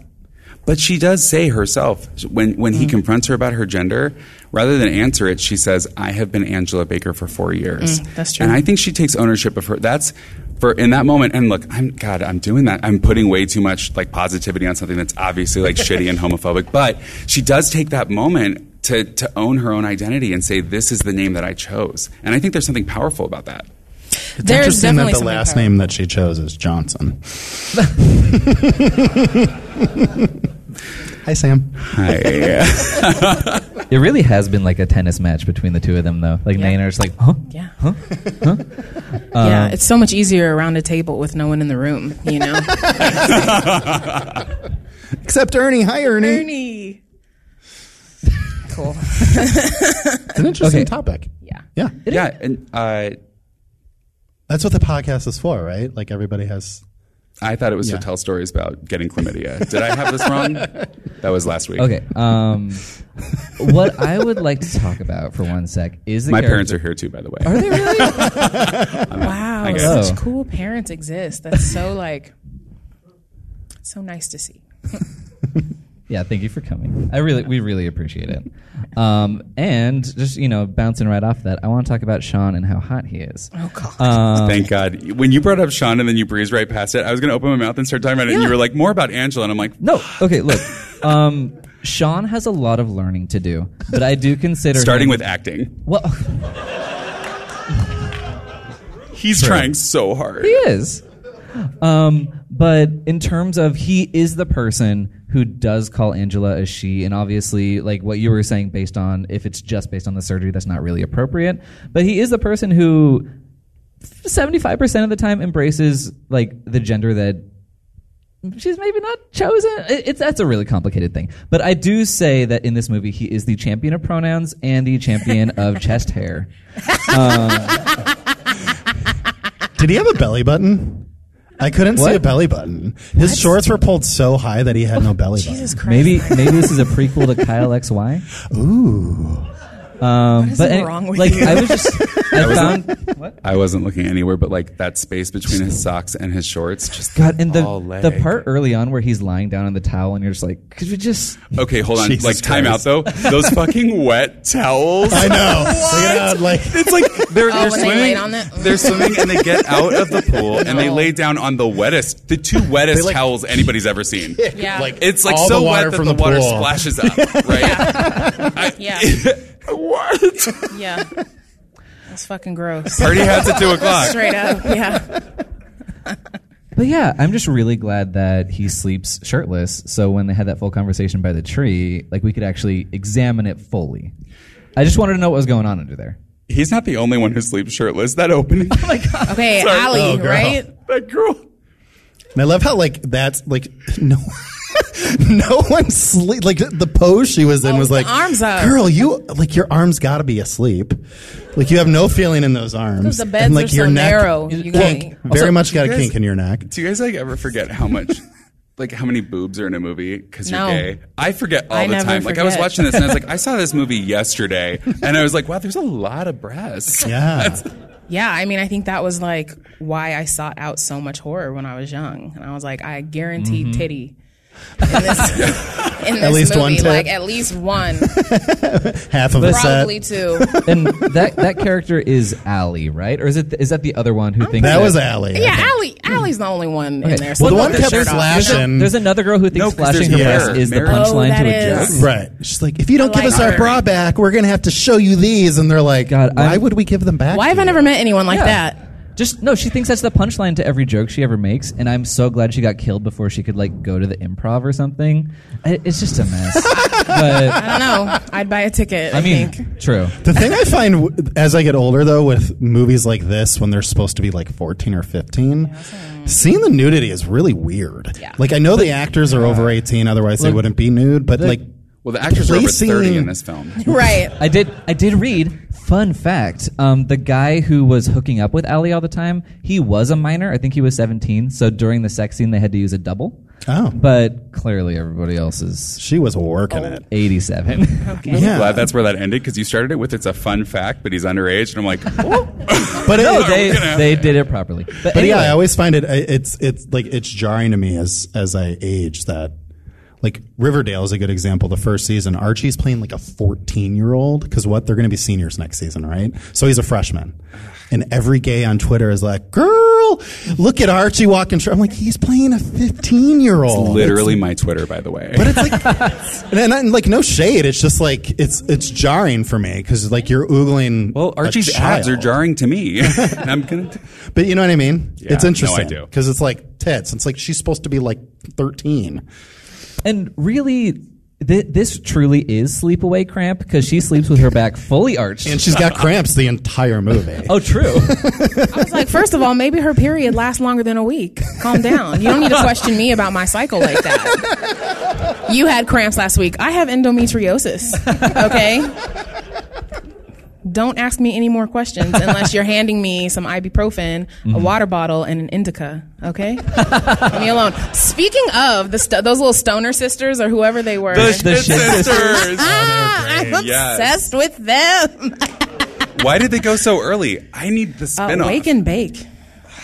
[SPEAKER 1] But she does say herself when when
[SPEAKER 3] Mm.
[SPEAKER 1] he confronts her about her gender, rather than answer it, she says, "I have been Angela Baker for four years."
[SPEAKER 3] Mm, that's true.
[SPEAKER 1] And I think she takes ownership of her. That's for in that moment. And look, I'm God. I'm doing that. I'm putting way too much like positivity on something that's obviously
[SPEAKER 3] [laughs]
[SPEAKER 1] like shitty and homophobic. But she does take that moment. To, to own her own identity and say this is the name that I chose, and I think there's something powerful about that.
[SPEAKER 4] It's
[SPEAKER 3] There is
[SPEAKER 4] interesting
[SPEAKER 3] definitely
[SPEAKER 4] that the
[SPEAKER 3] something
[SPEAKER 4] last
[SPEAKER 3] powerful.
[SPEAKER 4] name that she chose is Johnson. [laughs] Hi, Sam.
[SPEAKER 1] I,
[SPEAKER 2] it. Really has been like a tennis match between the two of them, though. Like
[SPEAKER 3] Yeah.
[SPEAKER 2] Maynard's like, huh?
[SPEAKER 3] Yeah. [laughs] yeah, it's so much easier around a table with no one in the room, you know?
[SPEAKER 4] Except Ernie. Hi, Ernie.
[SPEAKER 3] Ernie. [laughs] Cool.
[SPEAKER 4] It's an interesting
[SPEAKER 2] Okay.
[SPEAKER 4] topic.
[SPEAKER 3] Yeah.
[SPEAKER 4] Yeah.
[SPEAKER 1] yeah, and uh,
[SPEAKER 4] That's what the podcast is for, right? Like everybody has.
[SPEAKER 1] I thought it was
[SPEAKER 4] Yeah.
[SPEAKER 1] to tell stories about getting chlamydia. Did I have
[SPEAKER 3] [laughs]
[SPEAKER 1] this wrong? That was last week.
[SPEAKER 2] Okay. Um, what I would like to talk about for one sec is the
[SPEAKER 1] My
[SPEAKER 2] character-
[SPEAKER 1] parents are here too, by the way.
[SPEAKER 2] Are they really? [laughs]
[SPEAKER 3] Wow.
[SPEAKER 1] guess.
[SPEAKER 3] Such
[SPEAKER 2] Oh.
[SPEAKER 3] cool parents exist. That's so like so nice to see.
[SPEAKER 2] Yeah, thank you for coming. I really, we really appreciate it. Um, and just you know, bouncing right off that, I want to talk about Sean and how hot he is. Um,
[SPEAKER 3] Oh god.
[SPEAKER 1] Thank God. When you brought up Sean and then you breezed right past it, I was going to open my mouth and start talking about it. And you
[SPEAKER 3] Yeah.
[SPEAKER 1] were like, more about Angela. And I'm like,
[SPEAKER 2] No, okay, look, um, Sean has a lot of learning to do, but I do consider
[SPEAKER 1] starting
[SPEAKER 2] him-
[SPEAKER 1] with acting.
[SPEAKER 2] well, [laughs]
[SPEAKER 1] He's trying so hard.
[SPEAKER 2] he is. Um, but in terms of he is the person who does call Angela a she, and obviously, like what you were saying, based on if it's just based on the surgery, that's not really appropriate. But he is the person who 75% of the time embraces like the gender that she's maybe not chosen It- it's that's a really complicated thing but i do say that in this movie he is the champion of pronouns and the champion [laughs] of chest hair
[SPEAKER 4] Did he have a belly button? I couldn't see
[SPEAKER 2] What?
[SPEAKER 4] a belly button. His shorts were pulled so high that he
[SPEAKER 3] [laughs]
[SPEAKER 4] had no belly button.
[SPEAKER 3] Jesus Christ.
[SPEAKER 2] maybe maybe this is a prequel to kyle xy
[SPEAKER 4] Ooh.
[SPEAKER 2] um
[SPEAKER 3] is
[SPEAKER 2] but
[SPEAKER 3] wrong
[SPEAKER 2] any-
[SPEAKER 3] with
[SPEAKER 2] like
[SPEAKER 3] you?
[SPEAKER 2] i
[SPEAKER 3] [laughs]
[SPEAKER 2] was just i found what
[SPEAKER 1] I wasn't looking anywhere, but like that space between his socks and his shorts. Just
[SPEAKER 2] god and the
[SPEAKER 1] all
[SPEAKER 2] the
[SPEAKER 1] leg.
[SPEAKER 2] part early on where he's lying down on the towel and you're just like could we just
[SPEAKER 1] Okay, hold on.
[SPEAKER 4] Jesus
[SPEAKER 1] like, time out
[SPEAKER 4] Christ.
[SPEAKER 1] though.
[SPEAKER 4] [laughs]
[SPEAKER 1] Those fucking wet towels.
[SPEAKER 3] [laughs]
[SPEAKER 4] I know. Look at that, like,
[SPEAKER 1] It's like they're, they're
[SPEAKER 3] Oh, when they
[SPEAKER 1] swimming.
[SPEAKER 3] laid on it?
[SPEAKER 1] They're swimming and they get out of the pool and they
[SPEAKER 3] No.
[SPEAKER 1] lay down on the wettest, the two wettest towels anybody's ever
[SPEAKER 4] [laughs]
[SPEAKER 1] seen.
[SPEAKER 3] [laughs] Yeah.
[SPEAKER 4] like
[SPEAKER 1] It's like
[SPEAKER 4] all
[SPEAKER 1] so
[SPEAKER 4] the water
[SPEAKER 1] wet that
[SPEAKER 4] from
[SPEAKER 1] the, water
[SPEAKER 4] pool.
[SPEAKER 1] splashes
[SPEAKER 4] [laughs]
[SPEAKER 1] up,
[SPEAKER 3] [laughs]
[SPEAKER 1] right?
[SPEAKER 3] yeah.
[SPEAKER 1] what?
[SPEAKER 3] Yeah.
[SPEAKER 1] [laughs]
[SPEAKER 3] That's fucking gross.
[SPEAKER 1] Party
[SPEAKER 3] [laughs]
[SPEAKER 1] hats at two o'clock.
[SPEAKER 3] Straight up.
[SPEAKER 1] [laughs]
[SPEAKER 3] Yeah.
[SPEAKER 2] But yeah, I'm just really glad that he sleeps shirtless. So when they had that full conversation by the tree, like we could actually examine it fully. I just wanted to know what was going on under there.
[SPEAKER 1] He's not the only one who sleeps shirtless.
[SPEAKER 3] [laughs]
[SPEAKER 1] That opening,
[SPEAKER 3] Okay,
[SPEAKER 1] Sorry.
[SPEAKER 3] Ali,
[SPEAKER 1] Oh,
[SPEAKER 4] girl.
[SPEAKER 3] right?
[SPEAKER 1] that girl.
[SPEAKER 4] And I love how like that's like [laughs] no, no one sleep. Like the pose she was in
[SPEAKER 3] Oh,
[SPEAKER 4] was
[SPEAKER 3] the
[SPEAKER 4] like
[SPEAKER 3] arms up.
[SPEAKER 4] Girl, you like your arms got to be asleep. Like you have no feeling in those arms.
[SPEAKER 3] the beds
[SPEAKER 4] and, like
[SPEAKER 3] are so narrow. You
[SPEAKER 4] kink.
[SPEAKER 3] gotta-
[SPEAKER 4] Very much got a
[SPEAKER 1] guys-
[SPEAKER 3] [laughs]
[SPEAKER 4] kink in your neck.
[SPEAKER 1] Do you guys like ever forget how much like how many boobs are in a movie because
[SPEAKER 3] No.
[SPEAKER 1] you're gay? I forget all
[SPEAKER 3] I
[SPEAKER 1] the
[SPEAKER 3] never
[SPEAKER 1] time. Like I was
[SPEAKER 3] forget.
[SPEAKER 1] watching this and I was like, I saw
[SPEAKER 3] [laughs]
[SPEAKER 1] this movie yesterday, and I was like, wow, there's a lot of breasts.
[SPEAKER 4] Yeah.
[SPEAKER 3] Yeah, I mean, I think that was like why I sought out so much horror when I was young, and I was like, I guarantee titty. In this,
[SPEAKER 4] [laughs]
[SPEAKER 3] in this
[SPEAKER 4] Mm-hmm. least
[SPEAKER 3] movie,
[SPEAKER 4] one tit.
[SPEAKER 3] like at least
[SPEAKER 4] [laughs]
[SPEAKER 3] one,
[SPEAKER 4] Half of a set.
[SPEAKER 3] probably two.
[SPEAKER 4] [laughs]
[SPEAKER 2] and that that character is Allie, right? Or is it is that the other one who thinks
[SPEAKER 4] That was Allie. I
[SPEAKER 3] Yeah,
[SPEAKER 4] think.
[SPEAKER 3] Allie, Allie's the only one in there.
[SPEAKER 4] Well, the
[SPEAKER 3] Someone
[SPEAKER 4] one
[SPEAKER 3] with
[SPEAKER 4] kept
[SPEAKER 3] shirt off.
[SPEAKER 4] flashing.
[SPEAKER 2] There's another girl who thinks
[SPEAKER 1] No, 'cause
[SPEAKER 2] flashing her
[SPEAKER 1] there's
[SPEAKER 2] breasts
[SPEAKER 1] Mary.
[SPEAKER 2] is the
[SPEAKER 1] Mary.
[SPEAKER 2] punchline
[SPEAKER 3] Oh,
[SPEAKER 2] to
[SPEAKER 3] that
[SPEAKER 2] a
[SPEAKER 3] is.
[SPEAKER 2] joke.
[SPEAKER 4] Right. She's like, if you don't
[SPEAKER 3] I
[SPEAKER 4] give
[SPEAKER 3] like
[SPEAKER 4] us our
[SPEAKER 3] her.
[SPEAKER 4] bra back, we're going to have to show you these. And they're like,
[SPEAKER 2] God,
[SPEAKER 4] why
[SPEAKER 2] I'm-
[SPEAKER 4] would we give them back?
[SPEAKER 3] Why
[SPEAKER 4] to
[SPEAKER 3] have I
[SPEAKER 4] you?
[SPEAKER 3] never met anyone like
[SPEAKER 2] Yeah.
[SPEAKER 3] that?
[SPEAKER 2] Just no, she thinks that's the punchline to every joke she ever makes, and I'm so glad she got killed before she could like go to the improv or something. I- It's just a mess. but
[SPEAKER 3] I don't know. I'd buy a
[SPEAKER 4] [laughs]
[SPEAKER 3] ticket. I,
[SPEAKER 2] I mean,
[SPEAKER 3] think.
[SPEAKER 2] true.
[SPEAKER 4] The thing I find w- as I get older, though, with movies like this, when they're supposed to be like 14 or 15, seeing the nudity is really weird.
[SPEAKER 3] Yeah.
[SPEAKER 4] Like, I know the actors are over 18, otherwise they wouldn't be nude, but like,
[SPEAKER 1] Well, the actors are over
[SPEAKER 4] placing-
[SPEAKER 1] thirty in this film.
[SPEAKER 3] Right.
[SPEAKER 2] I did. I did read. Fun fact: um, the guy who was hooking up with Ali all the time, he was a minor. I think he was 17. So during the sex scene, they had to use a double.
[SPEAKER 4] Oh.
[SPEAKER 2] But clearly, everybody else is
[SPEAKER 4] She was working it.
[SPEAKER 2] 87.
[SPEAKER 3] Oh,
[SPEAKER 4] Yeah.
[SPEAKER 1] Glad that's where that ended because you started it with it's a fun fact, but he's underage, and
[SPEAKER 3] [laughs]
[SPEAKER 1] I'm like, oh,
[SPEAKER 4] But it,
[SPEAKER 2] no, [laughs] they they did it properly. But,
[SPEAKER 4] But yeah,
[SPEAKER 2] anyway.
[SPEAKER 4] I always find it I- it's it's like it's jarring to me as as I age that like Riverdale is a good example. The first season, Archie's playing like a 14 year old because what they're going to be seniors next season, right? So he's a freshman, and every gay on Twitter is like, "Girl, look at Archie walking." Tr-. I'm like, he's playing a 15 year old.
[SPEAKER 1] literally my Twitter, by the way.
[SPEAKER 4] But [laughs] it's like, and, and like no shade. It's just like it's it's jarring for me because like you're oogling.
[SPEAKER 1] well,
[SPEAKER 4] a
[SPEAKER 1] Archie's abs are
[SPEAKER 4] child.
[SPEAKER 1] jarring to me. [laughs] And I'm gonna.
[SPEAKER 4] But you know what I mean?
[SPEAKER 1] Yeah,
[SPEAKER 4] it's interesting.
[SPEAKER 1] no, I do.
[SPEAKER 4] Because it's like tits. It's like she's supposed to be like 13.
[SPEAKER 2] And really, th- this truly is sleepaway cramp because she sleeps with her back fully arched.
[SPEAKER 4] And she's got [laughs] cramps the entire movie.
[SPEAKER 2] oh, true.
[SPEAKER 3] I was like, first of all, maybe her period lasts longer than a week. Calm down. You don't need to question me about my cycle like that. You had cramps last week. I have endometriosis. Okay. Don't ask me any more questions unless you're handing me some ibuprofen, a water bottle, and an indica. Okay, leave me alone. Speaking of the st- those little stoner sisters or whoever they were,
[SPEAKER 1] [laughs]
[SPEAKER 2] The shit
[SPEAKER 1] sisters.
[SPEAKER 3] ah, I'm
[SPEAKER 1] Yes.
[SPEAKER 3] obsessed with them.
[SPEAKER 1] Why did they go so early? I need the
[SPEAKER 3] Uh,
[SPEAKER 1] spinoff.
[SPEAKER 3] wake and bake.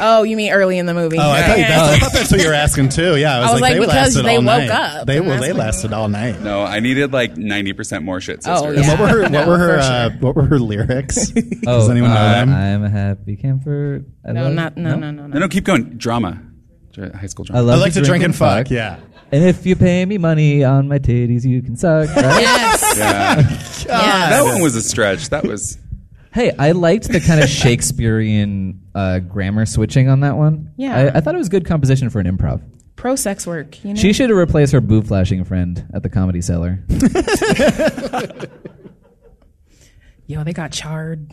[SPEAKER 3] Oh, you mean early in the movie?
[SPEAKER 4] [laughs] Oh, I thought, that's, I thought that's what you were asking too. Yeah, I was,
[SPEAKER 3] I was like,
[SPEAKER 4] they
[SPEAKER 3] because
[SPEAKER 4] lasted
[SPEAKER 3] they
[SPEAKER 4] all
[SPEAKER 3] woke
[SPEAKER 4] night.
[SPEAKER 3] up,
[SPEAKER 4] They
[SPEAKER 3] and
[SPEAKER 4] well,
[SPEAKER 3] that's
[SPEAKER 4] they
[SPEAKER 3] when-
[SPEAKER 4] lasted all night.
[SPEAKER 1] no, I needed like 90% more shit sisters.
[SPEAKER 3] Oh, yeah.
[SPEAKER 4] What were her? What
[SPEAKER 3] No,
[SPEAKER 4] were
[SPEAKER 3] [laughs]
[SPEAKER 4] her?
[SPEAKER 3] for sure.
[SPEAKER 4] Uh, what were
[SPEAKER 3] [laughs]
[SPEAKER 4] her lyrics?
[SPEAKER 2] Oh,
[SPEAKER 4] Does anyone know
[SPEAKER 2] uh,
[SPEAKER 4] them?
[SPEAKER 2] I'm a happy camper. I
[SPEAKER 3] No,
[SPEAKER 2] love-
[SPEAKER 3] not no no no no.
[SPEAKER 1] No, no, keep going. Drama. Dr- High school
[SPEAKER 2] I
[SPEAKER 1] drama.
[SPEAKER 2] love
[SPEAKER 4] I like to drink and fuck. Yeah.
[SPEAKER 2] And if you pay me money on my titties, you can suck.
[SPEAKER 4] [laughs]
[SPEAKER 2] right?
[SPEAKER 3] Yes. [laughs] Yes.
[SPEAKER 1] that one was a stretch. That was.
[SPEAKER 2] hey, I liked the kind of Shakespearean uh, grammar switching on that one.
[SPEAKER 3] Yeah.
[SPEAKER 2] I, I thought it was good composition for an improv.
[SPEAKER 3] Pro sex work. You know.
[SPEAKER 2] She should have replaced her boob flashing friend at the comedy cellar.
[SPEAKER 3] Yo, they got charred.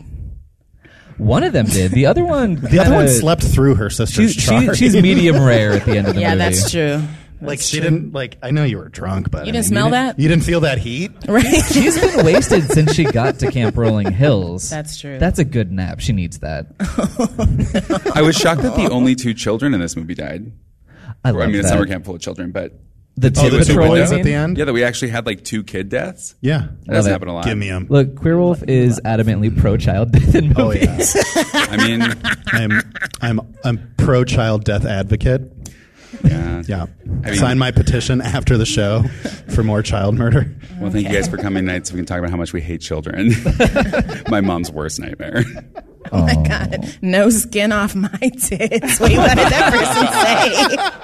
[SPEAKER 2] One of them did. The other one.
[SPEAKER 4] [laughs] The other
[SPEAKER 3] Uh,
[SPEAKER 4] one slept through her sister's
[SPEAKER 2] She's, she,
[SPEAKER 4] chart. [laughs]
[SPEAKER 2] she's medium rare at the end of the
[SPEAKER 3] [laughs] Yeah,
[SPEAKER 2] movie.
[SPEAKER 3] that's true.
[SPEAKER 4] like she didn't like. I know you were drunk, but
[SPEAKER 3] You didn't smell that?
[SPEAKER 4] You didn't feel that heat.
[SPEAKER 3] Right.
[SPEAKER 2] She's been wasted since she got to Camp Rolling Hills.
[SPEAKER 3] That's true.
[SPEAKER 2] That's a good nap. She needs that.
[SPEAKER 1] I was shocked that the only two children in this movie died.
[SPEAKER 2] I
[SPEAKER 1] Or,
[SPEAKER 2] love
[SPEAKER 1] I mean,
[SPEAKER 2] that.
[SPEAKER 1] a summer camp full of children, but
[SPEAKER 2] The two
[SPEAKER 4] Oh, the two
[SPEAKER 2] patrol
[SPEAKER 4] boys
[SPEAKER 2] scene?
[SPEAKER 4] at the end.
[SPEAKER 1] yeah, that we actually had like two kid deaths.
[SPEAKER 4] Yeah.
[SPEAKER 1] That doesn't
[SPEAKER 2] it.
[SPEAKER 1] happen a lot.
[SPEAKER 4] Give me them.
[SPEAKER 2] Look, Queer Wolf is adamantly pro child death [laughs] in
[SPEAKER 4] Oh
[SPEAKER 2] movies.
[SPEAKER 3] [laughs]
[SPEAKER 4] yeah.
[SPEAKER 1] I [laughs] mean,
[SPEAKER 4] I'm I'm I'm pro child death advocate.
[SPEAKER 1] yeah.
[SPEAKER 4] Yeah.
[SPEAKER 1] I mean-
[SPEAKER 4] Sign my petition after the show for more child murder.
[SPEAKER 1] Well, thank you guys for coming tonight so we can talk about how much we
[SPEAKER 3] [laughs]
[SPEAKER 1] hate children. My mom's worst nightmare.
[SPEAKER 3] Oh my god. No skin off my [laughs] tits. Wait, what did that person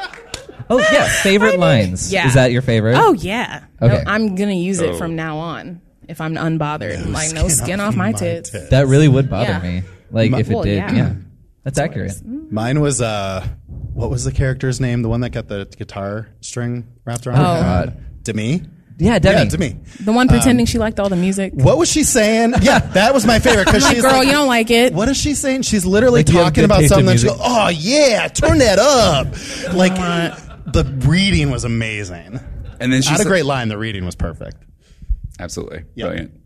[SPEAKER 3] [laughs] say?
[SPEAKER 2] Oh,
[SPEAKER 3] [laughs]
[SPEAKER 2] yeah. Favorite lines.
[SPEAKER 3] Yeah.
[SPEAKER 2] Is that your favorite?
[SPEAKER 3] Oh yeah.
[SPEAKER 2] Okay.
[SPEAKER 3] No, I'm gonna use it
[SPEAKER 1] Oh.
[SPEAKER 3] from now on if I'm unbothered. like no skin off, my, tits.
[SPEAKER 2] That really would bother
[SPEAKER 3] Yeah.
[SPEAKER 2] me. Like, if it
[SPEAKER 3] Well,
[SPEAKER 2] did. Yeah.
[SPEAKER 3] yeah. Mm.
[SPEAKER 2] That's accurate.
[SPEAKER 4] Mine was uh, what was the character's name? The one that got the guitar string wrapped around.
[SPEAKER 3] Oh.
[SPEAKER 4] her head? Demi.
[SPEAKER 2] Yeah, Demi.
[SPEAKER 4] Yeah, Demi.
[SPEAKER 3] The one pretending she liked all the music.
[SPEAKER 4] What was she saying? Yeah, that was my favorite
[SPEAKER 3] [laughs]
[SPEAKER 4] because she's
[SPEAKER 3] Girl,
[SPEAKER 4] like,
[SPEAKER 3] you don't like it.
[SPEAKER 4] What is she saying? She's literally
[SPEAKER 2] Like, you have
[SPEAKER 4] talking
[SPEAKER 2] good
[SPEAKER 4] about
[SPEAKER 2] taste in
[SPEAKER 4] something. And she goes,
[SPEAKER 2] music.
[SPEAKER 4] "Oh yeah, turn that [laughs] up." Like the reading was amazing.
[SPEAKER 1] And then she
[SPEAKER 4] Not a
[SPEAKER 1] said-
[SPEAKER 4] great line. The reading was perfect.
[SPEAKER 1] Absolutely.
[SPEAKER 4] Yeah.
[SPEAKER 1] Brilliant.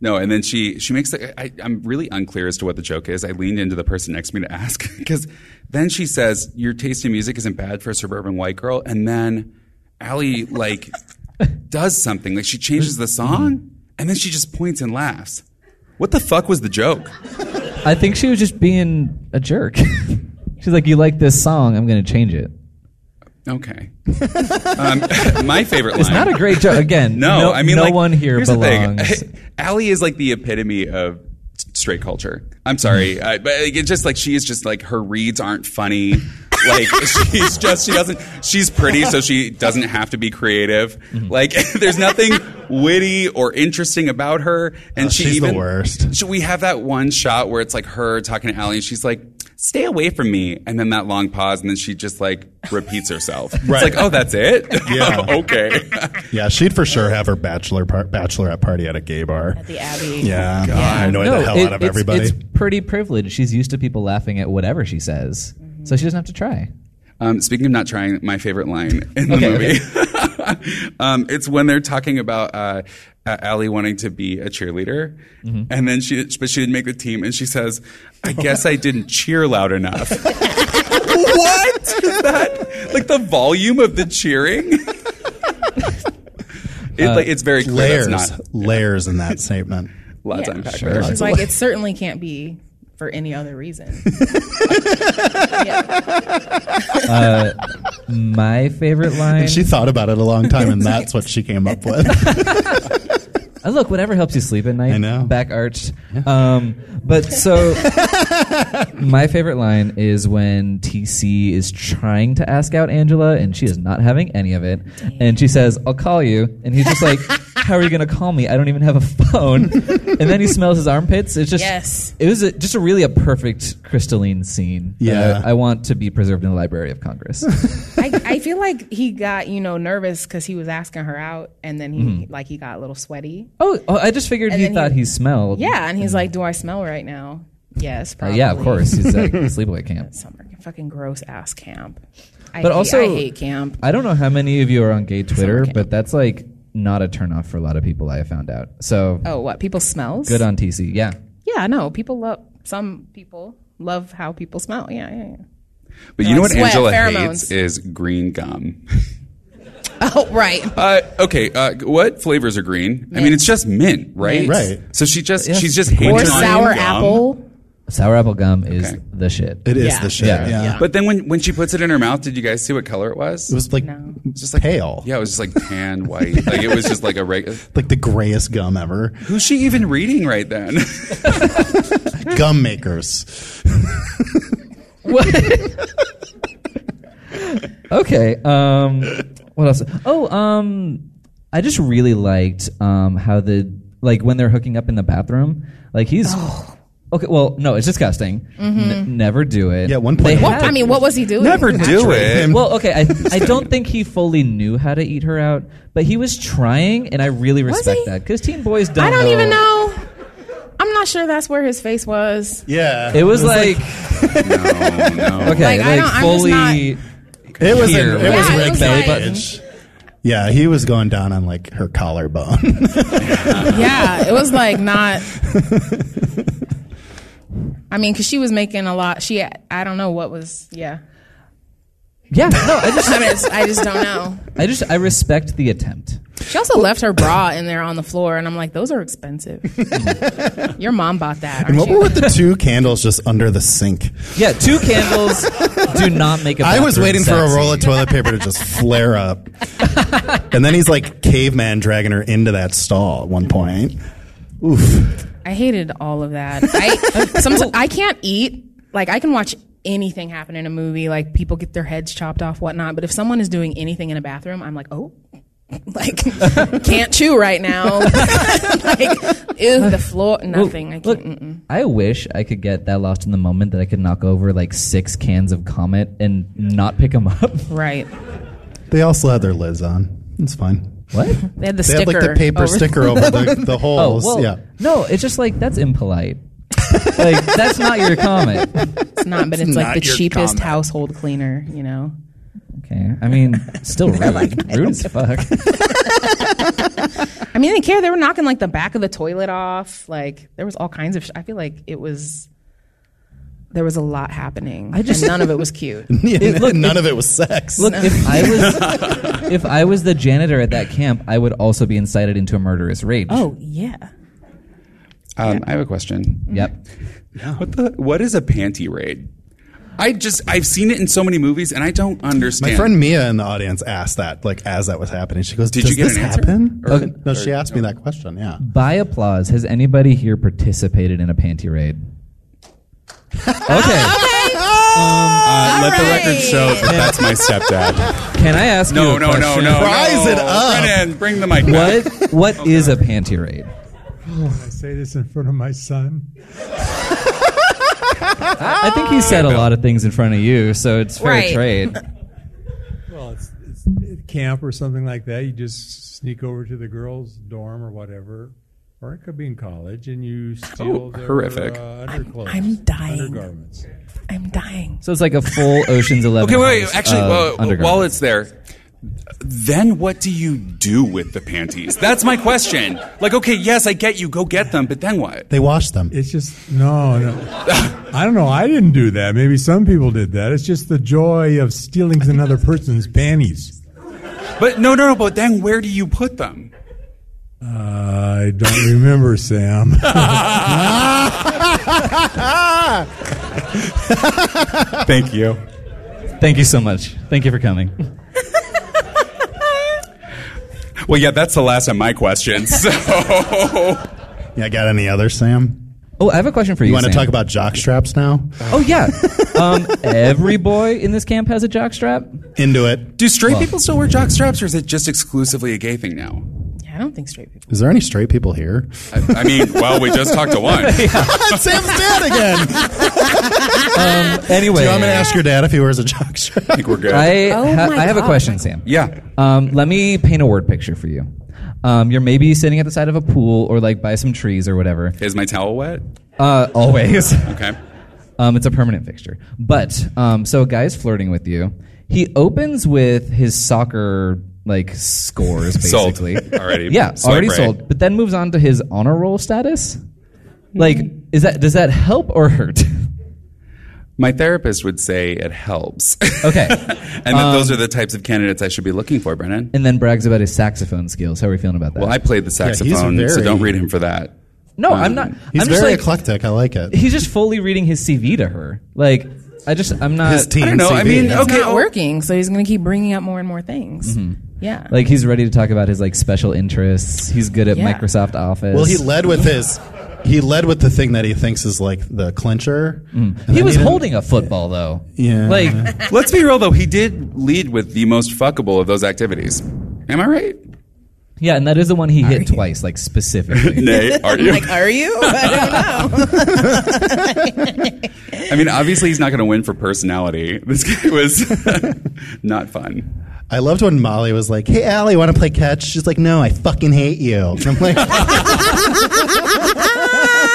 [SPEAKER 1] No, and then she she makes the, I, I'm really unclear as to what the joke is. I leaned into the person next to me to ask [laughs] because then she says your taste in music isn't bad for a suburban white girl, and then Allie
[SPEAKER 2] [laughs]
[SPEAKER 1] like does something like she changes the
[SPEAKER 2] Mm-hmm.
[SPEAKER 1] song, and then she just points and laughs. What the fuck was the
[SPEAKER 2] [laughs]
[SPEAKER 1] joke?
[SPEAKER 2] I think she was just being a jerk. [laughs] She's like, you like this song, I'm going to change it.
[SPEAKER 1] Okay, um, [laughs] my favorite line.
[SPEAKER 2] It's not a great joke.
[SPEAKER 1] [laughs]
[SPEAKER 2] Again,
[SPEAKER 1] No, I mean,
[SPEAKER 2] no
[SPEAKER 1] like,
[SPEAKER 2] one here
[SPEAKER 1] here's the thing.
[SPEAKER 2] belongs.
[SPEAKER 1] Allie is like the epitome of s- straight culture. I'm sorry,
[SPEAKER 4] [laughs]
[SPEAKER 1] I, but like, it's just like she is just like her reads aren't funny. Like [laughs] she's just she doesn't she's pretty so she doesn't have to be creative.
[SPEAKER 4] Mm-hmm.
[SPEAKER 1] Like [laughs] there's nothing witty or interesting about her, and
[SPEAKER 4] Oh,
[SPEAKER 1] she
[SPEAKER 4] she's the
[SPEAKER 1] even-
[SPEAKER 4] worst.
[SPEAKER 1] should we have that one shot where it's like her talking to Allie and she's like, stay away from me. And then that long pause and then she just like repeats herself.
[SPEAKER 4] [laughs] Right.
[SPEAKER 1] It's like, oh, that's it?
[SPEAKER 4] Yeah.
[SPEAKER 1] [laughs] okay.
[SPEAKER 4] Yeah, she'd for sure have her bachelor par- bachelorette party at a gay bar.
[SPEAKER 3] At the Abbey.
[SPEAKER 4] yeah, I annoy the hell
[SPEAKER 2] it-
[SPEAKER 4] out of
[SPEAKER 2] it's-
[SPEAKER 4] everybody.
[SPEAKER 2] It's pretty privileged. She's used to people laughing at whatever she says, so she doesn't have to try.
[SPEAKER 1] um, speaking of not trying, my favorite line in the
[SPEAKER 2] Okay,
[SPEAKER 1] movie. [laughs] um, it's when they're talking about uh, uh, Allie wanting to be a cheerleader. And then she, but she didn't make the team. And she says, I guess I didn't cheer loud enough. [laughs] what? That, like the volume of the cheering? It, like, it's very clear
[SPEAKER 4] layers,
[SPEAKER 1] that's not
[SPEAKER 4] layers in that statement.
[SPEAKER 1] Lots
[SPEAKER 3] Yeah.
[SPEAKER 1] to unpack
[SPEAKER 2] Sure.
[SPEAKER 1] there.
[SPEAKER 3] She's like, it certainly can't be for any other reason. yeah.
[SPEAKER 2] My favorite line.
[SPEAKER 4] She thought about it a long time, and that's what she came up with.
[SPEAKER 2] Uh, look, whatever helps you sleep at night.
[SPEAKER 4] I know.
[SPEAKER 2] Back arched. Um, but
[SPEAKER 4] [laughs]
[SPEAKER 2] so, my favorite line is when TC is trying to ask out Angela, and she is not having any of it. And she says, I'll call you. And he's
[SPEAKER 3] [laughs]
[SPEAKER 2] just like, How are you going to call me? I don't even have a phone. and then he smells his armpits. It's just,
[SPEAKER 3] Yes.
[SPEAKER 2] it was a, just a really a perfect crystalline scene. that
[SPEAKER 4] Yeah.
[SPEAKER 2] I, I want to be preserved in the Library of
[SPEAKER 4] [laughs]
[SPEAKER 2] Congress.
[SPEAKER 3] I, I feel like he got, you know, nervous because he was asking her out and then he, like, he got a little sweaty.
[SPEAKER 2] oh, oh, I just figured
[SPEAKER 3] And
[SPEAKER 2] he
[SPEAKER 3] then he-
[SPEAKER 2] thought he, smelled.
[SPEAKER 3] Yeah. And he's like, do I smell right now? Yes,
[SPEAKER 2] Mm-hmm. Uh,
[SPEAKER 3] probably.
[SPEAKER 2] yeah, of course. He's
[SPEAKER 4] [laughs]
[SPEAKER 2] at sleepaway camp.
[SPEAKER 3] Summer. Fucking gross ass camp. I
[SPEAKER 2] But
[SPEAKER 3] hate,
[SPEAKER 2] also-
[SPEAKER 3] I hate camp.
[SPEAKER 2] I don't know how many of you are on gay Twitter,
[SPEAKER 3] okay.
[SPEAKER 2] but that's like not a turnoff for a lot of people. I have found out. So
[SPEAKER 3] Oh, what? People smells?
[SPEAKER 2] good uh, on TC. Yeah,
[SPEAKER 3] Yeah, no, people love some people love how people smell. Yeah, yeah, yeah.
[SPEAKER 1] But you know
[SPEAKER 3] Like
[SPEAKER 1] what
[SPEAKER 3] sweat,
[SPEAKER 1] Angela hates
[SPEAKER 3] pheromones.
[SPEAKER 1] is green gum.
[SPEAKER 3] Oh, right.
[SPEAKER 1] Uh, okay, uh, what flavors are green? I mean,
[SPEAKER 3] Mint.
[SPEAKER 1] it's just mint, right?
[SPEAKER 3] Mint.
[SPEAKER 4] Right.
[SPEAKER 1] So she just
[SPEAKER 2] Yes.
[SPEAKER 1] she's just
[SPEAKER 2] Or
[SPEAKER 1] hating
[SPEAKER 3] Or
[SPEAKER 1] on
[SPEAKER 3] sour
[SPEAKER 1] gum.
[SPEAKER 3] apple.
[SPEAKER 2] sour apple gum is
[SPEAKER 1] Okay.
[SPEAKER 2] the shit.
[SPEAKER 4] It is
[SPEAKER 3] Yeah.
[SPEAKER 4] the shit.
[SPEAKER 2] Yeah.
[SPEAKER 4] Yeah.
[SPEAKER 2] Yeah.
[SPEAKER 1] But then when when she puts it in her mouth, did you guys see what color it was?
[SPEAKER 4] It was like
[SPEAKER 3] No.
[SPEAKER 4] just like pale.
[SPEAKER 1] yeah, it was just like tan white. like it was just like a regular.
[SPEAKER 4] Like the grayest gum ever.
[SPEAKER 1] Who's she even reading right then? [laughs]
[SPEAKER 4] gum makers.
[SPEAKER 2] What? okay. Um, what else? Oh, um, I just really liked um, how the like when they're hooking up in the bathroom. Like he's
[SPEAKER 3] Oh.
[SPEAKER 2] okay. Well, no, it's disgusting.
[SPEAKER 3] Mm-hmm.
[SPEAKER 2] N- never do it.
[SPEAKER 4] Yeah, at one point
[SPEAKER 2] They
[SPEAKER 4] I
[SPEAKER 3] What?
[SPEAKER 2] have-
[SPEAKER 3] I mean, what was he doing?
[SPEAKER 4] it.
[SPEAKER 2] Well, okay,
[SPEAKER 4] [laughs]
[SPEAKER 2] I, I don't think he fully knew how to eat her out, but he was trying, and I really respect
[SPEAKER 3] he?
[SPEAKER 2] that because teen boys don't.
[SPEAKER 3] I don't even know. I'm not sure that's where his face was.
[SPEAKER 4] Yeah.
[SPEAKER 2] It was, like,
[SPEAKER 4] [laughs]
[SPEAKER 1] no, no.
[SPEAKER 2] okay,
[SPEAKER 3] Like,
[SPEAKER 2] like,
[SPEAKER 3] I don't- I'm just
[SPEAKER 2] fully.
[SPEAKER 4] It was
[SPEAKER 2] Here,
[SPEAKER 4] in, it
[SPEAKER 2] right?
[SPEAKER 4] was
[SPEAKER 3] Yeah, it
[SPEAKER 4] Rick
[SPEAKER 3] was
[SPEAKER 4] Belly
[SPEAKER 3] like-
[SPEAKER 4] button. Yeah, he was going down on like her collarbone.
[SPEAKER 3] [laughs]
[SPEAKER 4] [laughs]
[SPEAKER 3] Yeah, it was like not. [laughs] I mean, because she was making a lot. She, I don't know what was. Yeah,
[SPEAKER 2] Yeah, no, I just,
[SPEAKER 3] I, mean, it's- I just don't know.
[SPEAKER 2] I just, I respect the attempt.
[SPEAKER 3] She also left her bra in there on the floor, and I'm like, those are
[SPEAKER 4] [laughs]
[SPEAKER 3] expensive. Your mom bought that.
[SPEAKER 4] and what
[SPEAKER 3] aren't
[SPEAKER 4] were
[SPEAKER 3] you?
[SPEAKER 4] with the two candles just under the sink?
[SPEAKER 2] Yeah, two candles do not make a.
[SPEAKER 4] I was
[SPEAKER 2] bathroom
[SPEAKER 4] waiting for a
[SPEAKER 2] sexy.
[SPEAKER 4] roll of toilet paper to just flare up. and then he's like caveman dragging her into that stall at one point. Oof.
[SPEAKER 3] I hated all of that. I [laughs] sometimes I can't eat. Like I can watch anything happen in a movie. Like people get their heads chopped off, whatnot. But if someone is doing anything in a bathroom, I'm like, oh, [laughs] like can't chew right now. [laughs] like ew, the floor, nothing. I
[SPEAKER 2] Look,
[SPEAKER 3] can't. mm-mm.
[SPEAKER 2] I wish I could get that lost in the moment that I could knock over like six cans of Comet and not pick them up.
[SPEAKER 3] [laughs] Right.
[SPEAKER 4] They also had their lids on. It's fine.
[SPEAKER 2] What?
[SPEAKER 3] They had the
[SPEAKER 4] They
[SPEAKER 3] sticker.
[SPEAKER 4] had like the paper
[SPEAKER 3] over-
[SPEAKER 4] sticker over the, the
[SPEAKER 2] Oh,
[SPEAKER 4] holes.
[SPEAKER 2] well,
[SPEAKER 4] yeah.
[SPEAKER 2] no, it's just like that's impolite. like that's not your
[SPEAKER 4] [laughs]
[SPEAKER 2] comment.
[SPEAKER 3] It's [laughs] not, but it's,
[SPEAKER 4] not
[SPEAKER 3] like the
[SPEAKER 4] your
[SPEAKER 3] cheapest
[SPEAKER 4] comment.
[SPEAKER 3] household cleaner. You know. [laughs]
[SPEAKER 4] [laughs]
[SPEAKER 2] Okay, I mean, still rude, rude as fuck.
[SPEAKER 3] I mean, they didn't care. They were knocking like the back of the toilet off. Like there was all kinds of. Sh- I feel like it was. There was a lot happening. I just none of it was [laughs] cute.
[SPEAKER 4] None of it was sex.
[SPEAKER 2] Look, if I was if I was the janitor at that camp, I would also be incited into a murderous rage.
[SPEAKER 3] oh yeah.
[SPEAKER 1] Um, I have a question.
[SPEAKER 2] Yep.
[SPEAKER 1] What the? What is a panty raid? I just I've seen it in so many movies, and I don't
[SPEAKER 4] My
[SPEAKER 1] understand.
[SPEAKER 4] friend Mia in the audience asked that, like, as that was happening. She goes,
[SPEAKER 1] Did
[SPEAKER 4] Does
[SPEAKER 1] you get
[SPEAKER 4] this
[SPEAKER 1] an answer?
[SPEAKER 4] happen?
[SPEAKER 1] Or-
[SPEAKER 4] no,
[SPEAKER 1] or-
[SPEAKER 4] she asked me that question, yeah.
[SPEAKER 2] By applause, has anybody here participated in a panty raid? Okay.
[SPEAKER 1] Uh,
[SPEAKER 3] All
[SPEAKER 1] let the
[SPEAKER 3] right.
[SPEAKER 1] record show that that's my stepdad.
[SPEAKER 2] Can I ask you
[SPEAKER 1] No,
[SPEAKER 2] a
[SPEAKER 1] no, no,
[SPEAKER 2] question?
[SPEAKER 1] no.
[SPEAKER 4] Rise
[SPEAKER 1] no.
[SPEAKER 4] it up.
[SPEAKER 1] Brennan, bring the mic. back.
[SPEAKER 2] What what is a panty raid?
[SPEAKER 5] I say this in front of my son.
[SPEAKER 2] I think he said a lot of things in front of you, so it's fair
[SPEAKER 3] Right.
[SPEAKER 2] trade.
[SPEAKER 5] Well, it's, it's camp or something like that. You just sneak over to the girls' dorm or whatever, or it could be in college, and you steal
[SPEAKER 1] Oh,
[SPEAKER 5] their
[SPEAKER 1] horrific.
[SPEAKER 5] uh, underclothes.
[SPEAKER 3] I'm dying.
[SPEAKER 5] Undergarments.
[SPEAKER 3] I'm dying.
[SPEAKER 2] So it's like
[SPEAKER 1] [laughs]
[SPEAKER 2] a full Ocean's Eleven.
[SPEAKER 1] Okay, wait.
[SPEAKER 2] house
[SPEAKER 1] wait actually,
[SPEAKER 2] of
[SPEAKER 1] well,
[SPEAKER 2] Uh, undergarments.
[SPEAKER 1] while it's there, then what do you do with the panties? That's my question. Like, okay, yes, I get you. Go get them, but then what?
[SPEAKER 4] They washed them.
[SPEAKER 5] It's just no, no. I don't know. I didn't do that. Maybe some people did that. It's just the joy of stealing another person's panties.
[SPEAKER 1] But no, no, no. But then where do you put them?
[SPEAKER 5] I don't remember, [laughs] Sam.
[SPEAKER 1] Thank you.
[SPEAKER 2] Thank you so much. Thank you
[SPEAKER 1] [laughs]
[SPEAKER 2] for coming.
[SPEAKER 1] Well, yeah, that's the last of my questions. [laughs] So.
[SPEAKER 4] Yeah, got any other, Sam?
[SPEAKER 2] Oh, I have a question for you.
[SPEAKER 4] You want to
[SPEAKER 2] Sam.
[SPEAKER 4] talk about jock straps now?
[SPEAKER 2] Oh yeah. Um, every boy in this camp has a Um, jockstrap.
[SPEAKER 4] Into it.
[SPEAKER 1] Do straight people still wear jock straps, or is it just exclusively a gay thing now?
[SPEAKER 3] Yeah, I don't think straight people.
[SPEAKER 4] Is there any straight people here?
[SPEAKER 1] I, I mean, well, we just talked to
[SPEAKER 2] [laughs]
[SPEAKER 1] one.
[SPEAKER 4] Sam's dad again. [laughs]
[SPEAKER 2] Um, anyway,
[SPEAKER 4] Do I'm going to ask your dad if he wears a jock
[SPEAKER 1] I
[SPEAKER 4] strap.
[SPEAKER 1] think we're good.
[SPEAKER 2] I,
[SPEAKER 3] Oh,
[SPEAKER 2] ha-
[SPEAKER 3] my
[SPEAKER 2] I have a
[SPEAKER 3] God.
[SPEAKER 2] question, Sam.
[SPEAKER 1] yeah.
[SPEAKER 2] Um, let me paint a word picture for you. Um, you're maybe sitting at the side of a pool or like by some trees or whatever.
[SPEAKER 1] Is my towel wet?
[SPEAKER 2] Uh, always. [laughs]
[SPEAKER 1] Okay.
[SPEAKER 2] Um, it's a permanent fixture. But um, so a guy's flirting with you. He opens with his soccer like
[SPEAKER 1] [laughs]
[SPEAKER 2] scores
[SPEAKER 1] Sold.
[SPEAKER 2] basically.
[SPEAKER 1] Already. [laughs]
[SPEAKER 2] Yeah,
[SPEAKER 1] Swipe
[SPEAKER 2] already
[SPEAKER 1] right.
[SPEAKER 2] sold. But then moves on to his honor roll status. Like, is that does that help or hurt? [laughs]
[SPEAKER 1] My therapist would say it helps.
[SPEAKER 2] okay.
[SPEAKER 1] and
[SPEAKER 2] [laughs]
[SPEAKER 1] that
[SPEAKER 4] Um,
[SPEAKER 1] those are the types of candidates I should be looking for, Brennan.
[SPEAKER 2] And then brags about his saxophone skills. How are we feeling about that?
[SPEAKER 1] Well, I played the
[SPEAKER 4] he's
[SPEAKER 1] saxophone, so
[SPEAKER 4] very-
[SPEAKER 1] don't read him for that.
[SPEAKER 2] no, I'm not.
[SPEAKER 4] [laughs] He's
[SPEAKER 2] I'm just
[SPEAKER 4] very
[SPEAKER 2] like,
[SPEAKER 4] eclectic. I like it.
[SPEAKER 2] he's just fully reading his CV to her. Like, I just I'm not.
[SPEAKER 4] His team.
[SPEAKER 1] I don't know. I mean,
[SPEAKER 4] CV.
[SPEAKER 3] It's
[SPEAKER 1] okay.
[SPEAKER 3] not Mm-hmm.
[SPEAKER 1] oh,
[SPEAKER 3] working, so he's going to keep bringing up more and more things. Yeah.
[SPEAKER 2] Like he's ready to talk about his like special interests. He's good at
[SPEAKER 3] Yeah.
[SPEAKER 2] Microsoft Office.
[SPEAKER 4] Well, he led with his. He led with the thing that he thinks is like the clincher.
[SPEAKER 3] Mm.
[SPEAKER 4] And then
[SPEAKER 2] He was
[SPEAKER 4] didn't-
[SPEAKER 2] holding a football though.
[SPEAKER 4] Yeah.
[SPEAKER 2] Like [laughs]
[SPEAKER 1] Let's be real, though. He did lead with the most fuckable of those activities. Am I right?
[SPEAKER 2] yeah, and that is the one he hit twice, like
[SPEAKER 4] [laughs]
[SPEAKER 1] [laughs] [laughs]
[SPEAKER 2] specifically.
[SPEAKER 1] Nay, are you?
[SPEAKER 3] Like, are [laughs] you? I don't know.
[SPEAKER 1] I mean, obviously, he's not going to win for personality. [laughs] This guy was not fun.
[SPEAKER 4] I loved when Molly was like, "Hey, Allie, want to play catch?" She's like, "No, I fucking hate you." And I'm like, [laughs]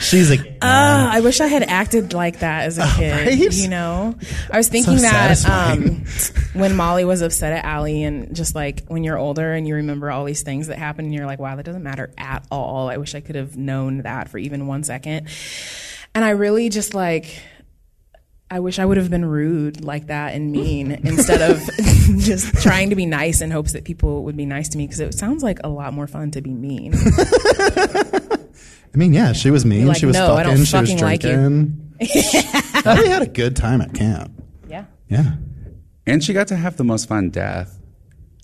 [SPEAKER 4] she's like,
[SPEAKER 3] Uh, I wish I had acted like that as a
[SPEAKER 4] [laughs]
[SPEAKER 3] kid.
[SPEAKER 4] right?
[SPEAKER 3] You know, I was thinking that um,
[SPEAKER 4] satisfying.
[SPEAKER 3] [laughs] when Molly was upset at Allie, and just like when you're older and you remember all these things that happened, and you're like, wow, that doesn't matter at all. I wish I could have known that for even one second. And I really just like. I wish I would have been rude like that and
[SPEAKER 4] [laughs]
[SPEAKER 3] mean instead of [laughs] just trying to be nice in hopes that people would be nice to me because it sounds like a lot more fun to be
[SPEAKER 4] [laughs]
[SPEAKER 3] mean.
[SPEAKER 4] I mean, yeah, she was mean.
[SPEAKER 3] Like,
[SPEAKER 4] she was
[SPEAKER 3] no, I
[SPEAKER 4] fucking.
[SPEAKER 3] don't
[SPEAKER 4] she was
[SPEAKER 3] fucking like you. [laughs]
[SPEAKER 4] drinking. we had a good time at camp.
[SPEAKER 3] Yeah.
[SPEAKER 4] Yeah.
[SPEAKER 1] And she got to have the most fun death.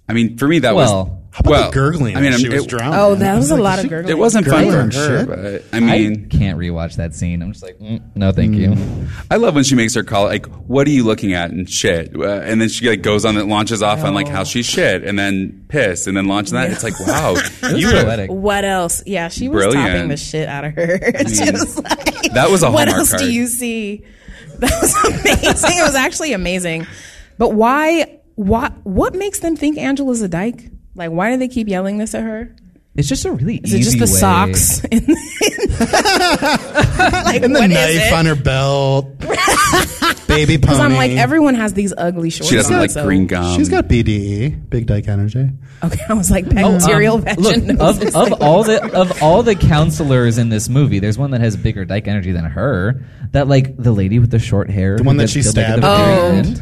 [SPEAKER 1] I mean, for me, that was.
[SPEAKER 2] Well-
[SPEAKER 4] How about
[SPEAKER 1] well,
[SPEAKER 4] the gurgling?
[SPEAKER 1] I mean,
[SPEAKER 4] she
[SPEAKER 1] it,
[SPEAKER 4] was drowning.
[SPEAKER 3] Oh, that was a lot of gurgling.
[SPEAKER 1] It wasn't fun
[SPEAKER 4] Gurgling
[SPEAKER 1] for her,
[SPEAKER 4] shit.
[SPEAKER 1] but I
[SPEAKER 2] I
[SPEAKER 1] mean,
[SPEAKER 2] can't rewatch that scene. I'm just like, mm, no, thank you.
[SPEAKER 1] I love when she makes her call like, "What are you looking at?" and shit, uh, and then she like goes on and launches off on like how she shit, and then piss, and then launch that. It's like,
[SPEAKER 2] [laughs]
[SPEAKER 1] wow, you would've-
[SPEAKER 2] poetic.
[SPEAKER 3] What else? Yeah, she was
[SPEAKER 1] Brilliant.
[SPEAKER 3] topping the shit out of her. [laughs] she was like,
[SPEAKER 1] That was a
[SPEAKER 3] What
[SPEAKER 1] Hallmark
[SPEAKER 3] else
[SPEAKER 1] card."
[SPEAKER 3] do you see? That was [laughs] amazing. it was actually amazing. But why? Why? What makes them think Angela's a dyke? Like, why do they keep yelling this at her?
[SPEAKER 2] It's just a really
[SPEAKER 3] Is
[SPEAKER 2] easy
[SPEAKER 3] it just the
[SPEAKER 2] way-
[SPEAKER 3] socks? [laughs] In, like,
[SPEAKER 4] and the
[SPEAKER 3] what is
[SPEAKER 4] knife
[SPEAKER 3] it? [laughs]
[SPEAKER 4] on her belt. baby
[SPEAKER 3] Because I'm
[SPEAKER 4] pony.
[SPEAKER 3] like, everyone has these ugly shorts.
[SPEAKER 1] She doesn't
[SPEAKER 3] on,
[SPEAKER 1] like
[SPEAKER 3] so-
[SPEAKER 1] green gum.
[SPEAKER 4] She's got BDE, big dyke energy.
[SPEAKER 3] Okay, I was
[SPEAKER 4] Oh,
[SPEAKER 3] like
[SPEAKER 4] um,
[SPEAKER 3] bacterial vaginosis.
[SPEAKER 2] Um, Look, of, of all the of all the counselors in this movie, there's one that has bigger dyke energy than her. That like the lady with the short hair, the
[SPEAKER 4] one that she stabbed.
[SPEAKER 3] Oh.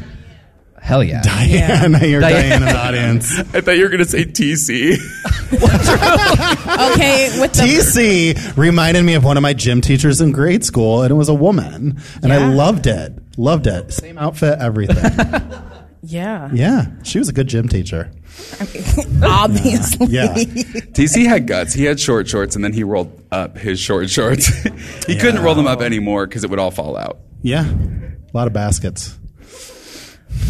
[SPEAKER 2] Hell yeah!
[SPEAKER 4] [laughs] Diana, you're
[SPEAKER 1] [laughs]
[SPEAKER 2] Diana.
[SPEAKER 4] Diana's audience.
[SPEAKER 1] I thought you were going to say [laughs] TC.
[SPEAKER 3] okay, with the
[SPEAKER 4] TC reminded me of one of my gym teachers in grade school, and it was a woman, and I
[SPEAKER 3] Yeah.
[SPEAKER 4] loved it. Loved it. Same outfit, everything.
[SPEAKER 3] [laughs] yeah,
[SPEAKER 4] yeah, she was a good gym teacher.
[SPEAKER 3] obviously. [laughs]
[SPEAKER 4] Yeah.
[SPEAKER 1] TC had guts. He had short shorts, and then he rolled up his short shorts. [laughs] he couldn't roll them up anymore because it would all fall out.
[SPEAKER 4] Yeah, a lot of baskets. [laughs]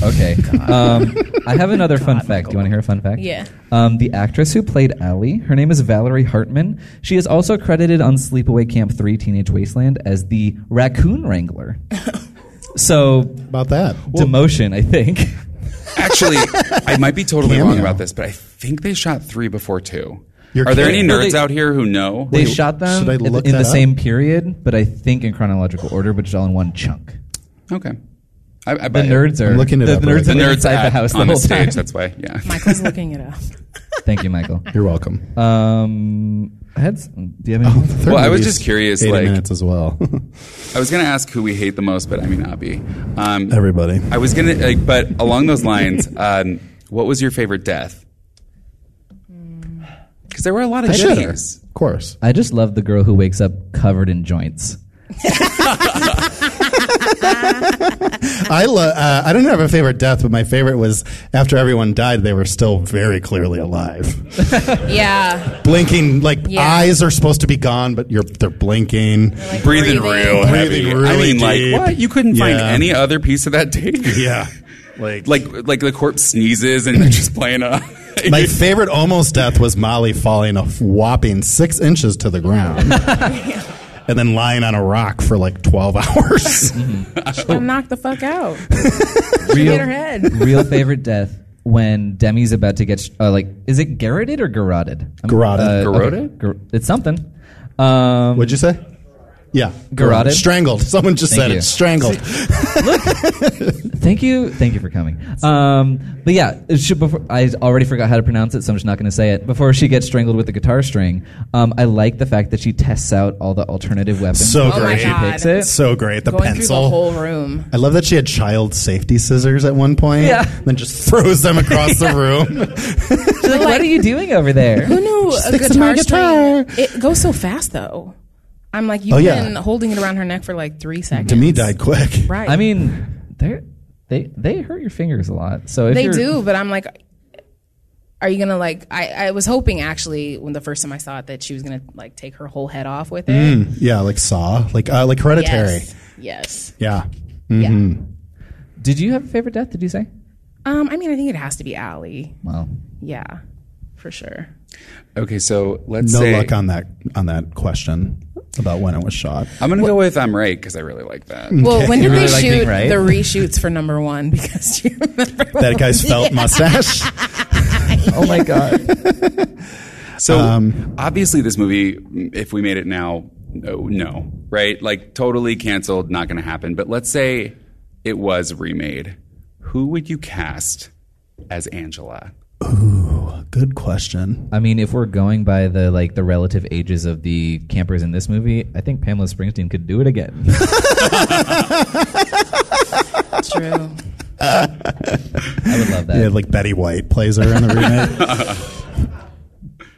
[SPEAKER 2] Okay, um, I have another fun fact. Do you want to hear a fun fact?
[SPEAKER 3] Yeah.
[SPEAKER 2] Um, the actress who played Allie, her name is Valerie Hartman. She is also credited on Sleepaway Camp Three: Teenage Wasteland as the
[SPEAKER 3] [laughs]
[SPEAKER 2] raccoon wrangler. so
[SPEAKER 4] About that.
[SPEAKER 2] demotion, I think.
[SPEAKER 1] Actually, I might be totally
[SPEAKER 4] Cameo.
[SPEAKER 1] wrong about this, but I think they shot three before 2
[SPEAKER 4] You're
[SPEAKER 1] Are there
[SPEAKER 4] kidding.
[SPEAKER 1] any
[SPEAKER 2] No,
[SPEAKER 1] nerds
[SPEAKER 2] they-
[SPEAKER 1] out here who know?
[SPEAKER 2] They shot them
[SPEAKER 4] should I
[SPEAKER 2] in-
[SPEAKER 4] look
[SPEAKER 2] in
[SPEAKER 4] that
[SPEAKER 2] the
[SPEAKER 4] up?
[SPEAKER 2] same period, but I think in chronological order, but it's all in one chunk.
[SPEAKER 1] okay. I, I
[SPEAKER 2] The
[SPEAKER 1] bet
[SPEAKER 2] nerds are
[SPEAKER 4] I'm looking it
[SPEAKER 2] the
[SPEAKER 4] up
[SPEAKER 2] nerds have
[SPEAKER 4] right
[SPEAKER 1] The
[SPEAKER 2] been
[SPEAKER 1] nerds
[SPEAKER 2] inside the
[SPEAKER 1] at-
[SPEAKER 2] house the
[SPEAKER 1] on
[SPEAKER 2] whole
[SPEAKER 1] stage.
[SPEAKER 2] time.
[SPEAKER 1] That's why. Yeah.
[SPEAKER 3] Michael's looking it up.
[SPEAKER 2] Thank you,
[SPEAKER 4] [laughs]
[SPEAKER 2] Michael.
[SPEAKER 4] You're welcome.
[SPEAKER 2] Um, I had s- do you have any?
[SPEAKER 4] [laughs]
[SPEAKER 1] Well, I was
[SPEAKER 4] Movie's
[SPEAKER 1] just curious,
[SPEAKER 4] 80
[SPEAKER 1] like-
[SPEAKER 4] minutes as well. [laughs]
[SPEAKER 1] I was gonna ask who we hate the most, but I mean, Abby. Um,
[SPEAKER 4] Everybody.
[SPEAKER 1] I was gonna, like, but along those lines, um, what was your favorite death? Because there were a lot of
[SPEAKER 4] Shudder,
[SPEAKER 1] goodies.
[SPEAKER 4] Of course.
[SPEAKER 2] I just love the girl who wakes up covered in joints.
[SPEAKER 4] I lo- uh, I didn't have a favorite death, but my favorite was after everyone died, they were still very clearly alive, [laughs]
[SPEAKER 3] Yeah,
[SPEAKER 4] blinking. Like
[SPEAKER 3] Yeah.
[SPEAKER 4] eyes are supposed to be gone, but you're they're blinking.
[SPEAKER 1] Breathing, real heavy.
[SPEAKER 4] Breathing really
[SPEAKER 1] I mean,
[SPEAKER 4] deep.
[SPEAKER 1] like what? You couldn't find
[SPEAKER 4] Yeah.
[SPEAKER 1] any other piece of that tape.
[SPEAKER 4] yeah,
[SPEAKER 1] [laughs]
[SPEAKER 4] like
[SPEAKER 1] like like the corpse sneezes and they're just playing a.
[SPEAKER 4] My favorite almost death was Molly falling a whopping six inches to
[SPEAKER 3] [laughs]
[SPEAKER 4] the ground. And then lying on a rock for like 12 [laughs] hours.
[SPEAKER 2] Mm-hmm.
[SPEAKER 3] I knocked the fuck
[SPEAKER 4] [laughs]
[SPEAKER 3] out. She hit her head. [laughs]
[SPEAKER 2] real favorite death when Demi's about to get sh- uh, like is it garroted or garroted? I'm- uh,
[SPEAKER 1] Garroted?
[SPEAKER 4] Garroted.
[SPEAKER 2] gar- it's something. Um,
[SPEAKER 4] What'd you say? Yeah.
[SPEAKER 2] Garroted?
[SPEAKER 4] Strangled. Someone just
[SPEAKER 2] Thank
[SPEAKER 4] said
[SPEAKER 2] you.
[SPEAKER 3] [laughs]
[SPEAKER 4] it. Strangled.
[SPEAKER 2] Thank you, thank you for coming. Um, but yeah, it should, before, I already forgot how to pronounce it, so I'm just not going to say it. Before she gets strangled with the guitar string, um, I like the fact that she tests out all the alternative weapons.
[SPEAKER 4] So
[SPEAKER 3] Oh my
[SPEAKER 4] great.
[SPEAKER 3] God.
[SPEAKER 2] Picks it.
[SPEAKER 4] So great. The
[SPEAKER 3] Going
[SPEAKER 4] pencil.
[SPEAKER 3] through the whole room.
[SPEAKER 4] I love that she had child safety scissors at one point.
[SPEAKER 2] Yeah.
[SPEAKER 4] and Then just [laughs] throws them
[SPEAKER 3] [laughs]
[SPEAKER 4] across the room.
[SPEAKER 2] She's like, "What are you doing over there?"
[SPEAKER 3] Who knew Oh, a
[SPEAKER 4] sticks in my
[SPEAKER 3] guitar,
[SPEAKER 4] guitar.
[SPEAKER 3] string? It goes so fast though. I'm like, you've
[SPEAKER 4] Oh, yeah.
[SPEAKER 3] been holding it around her neck for like three seconds.
[SPEAKER 4] to me, died quick.
[SPEAKER 3] Right.
[SPEAKER 2] I mean, they they they hurt your fingers a lot. So if
[SPEAKER 3] They
[SPEAKER 2] you're,
[SPEAKER 3] do, but I'm like, are you gonna like? I, I was hoping actually when the first time I saw it that she was gonna like take her whole head off with it.
[SPEAKER 4] Yeah, like Saw. Like, uh, like Hereditary.
[SPEAKER 3] Yes. Yes.
[SPEAKER 4] Yeah.
[SPEAKER 3] Yeah.
[SPEAKER 2] Did you have a favorite death? Did you say?
[SPEAKER 3] Um. I mean, I think it has to be Allie.
[SPEAKER 2] Well,
[SPEAKER 3] Yeah, for
[SPEAKER 4] [laughs]
[SPEAKER 3] sure.
[SPEAKER 1] [laughs] okay, so let's
[SPEAKER 4] No
[SPEAKER 1] say
[SPEAKER 4] luck on that on that question about when it was shot.
[SPEAKER 1] I'm gonna go with I'm right because I really like that.
[SPEAKER 3] Well, when did
[SPEAKER 2] really
[SPEAKER 3] they
[SPEAKER 2] like being
[SPEAKER 3] shoot
[SPEAKER 2] right?
[SPEAKER 3] the reshoots for number one? [laughs] Because do you remember
[SPEAKER 4] that
[SPEAKER 3] [laughs]
[SPEAKER 4] guy's felt mustache.
[SPEAKER 2] oh my god,
[SPEAKER 1] So obviously, this movie, if we made it now, no, no, right? Like totally canceled, not going to happen. But let's say it was remade. Who would you cast as Angela?
[SPEAKER 4] Good question.
[SPEAKER 2] I mean, if we're going by the like the relative ages of the campers in this movie, I think Pamela Springsteen could do it again.
[SPEAKER 3] that's
[SPEAKER 4] [laughs]
[SPEAKER 3] true?
[SPEAKER 2] I would love that.
[SPEAKER 4] Yeah, like Betty White plays her in the
[SPEAKER 3] [laughs]
[SPEAKER 4] remake.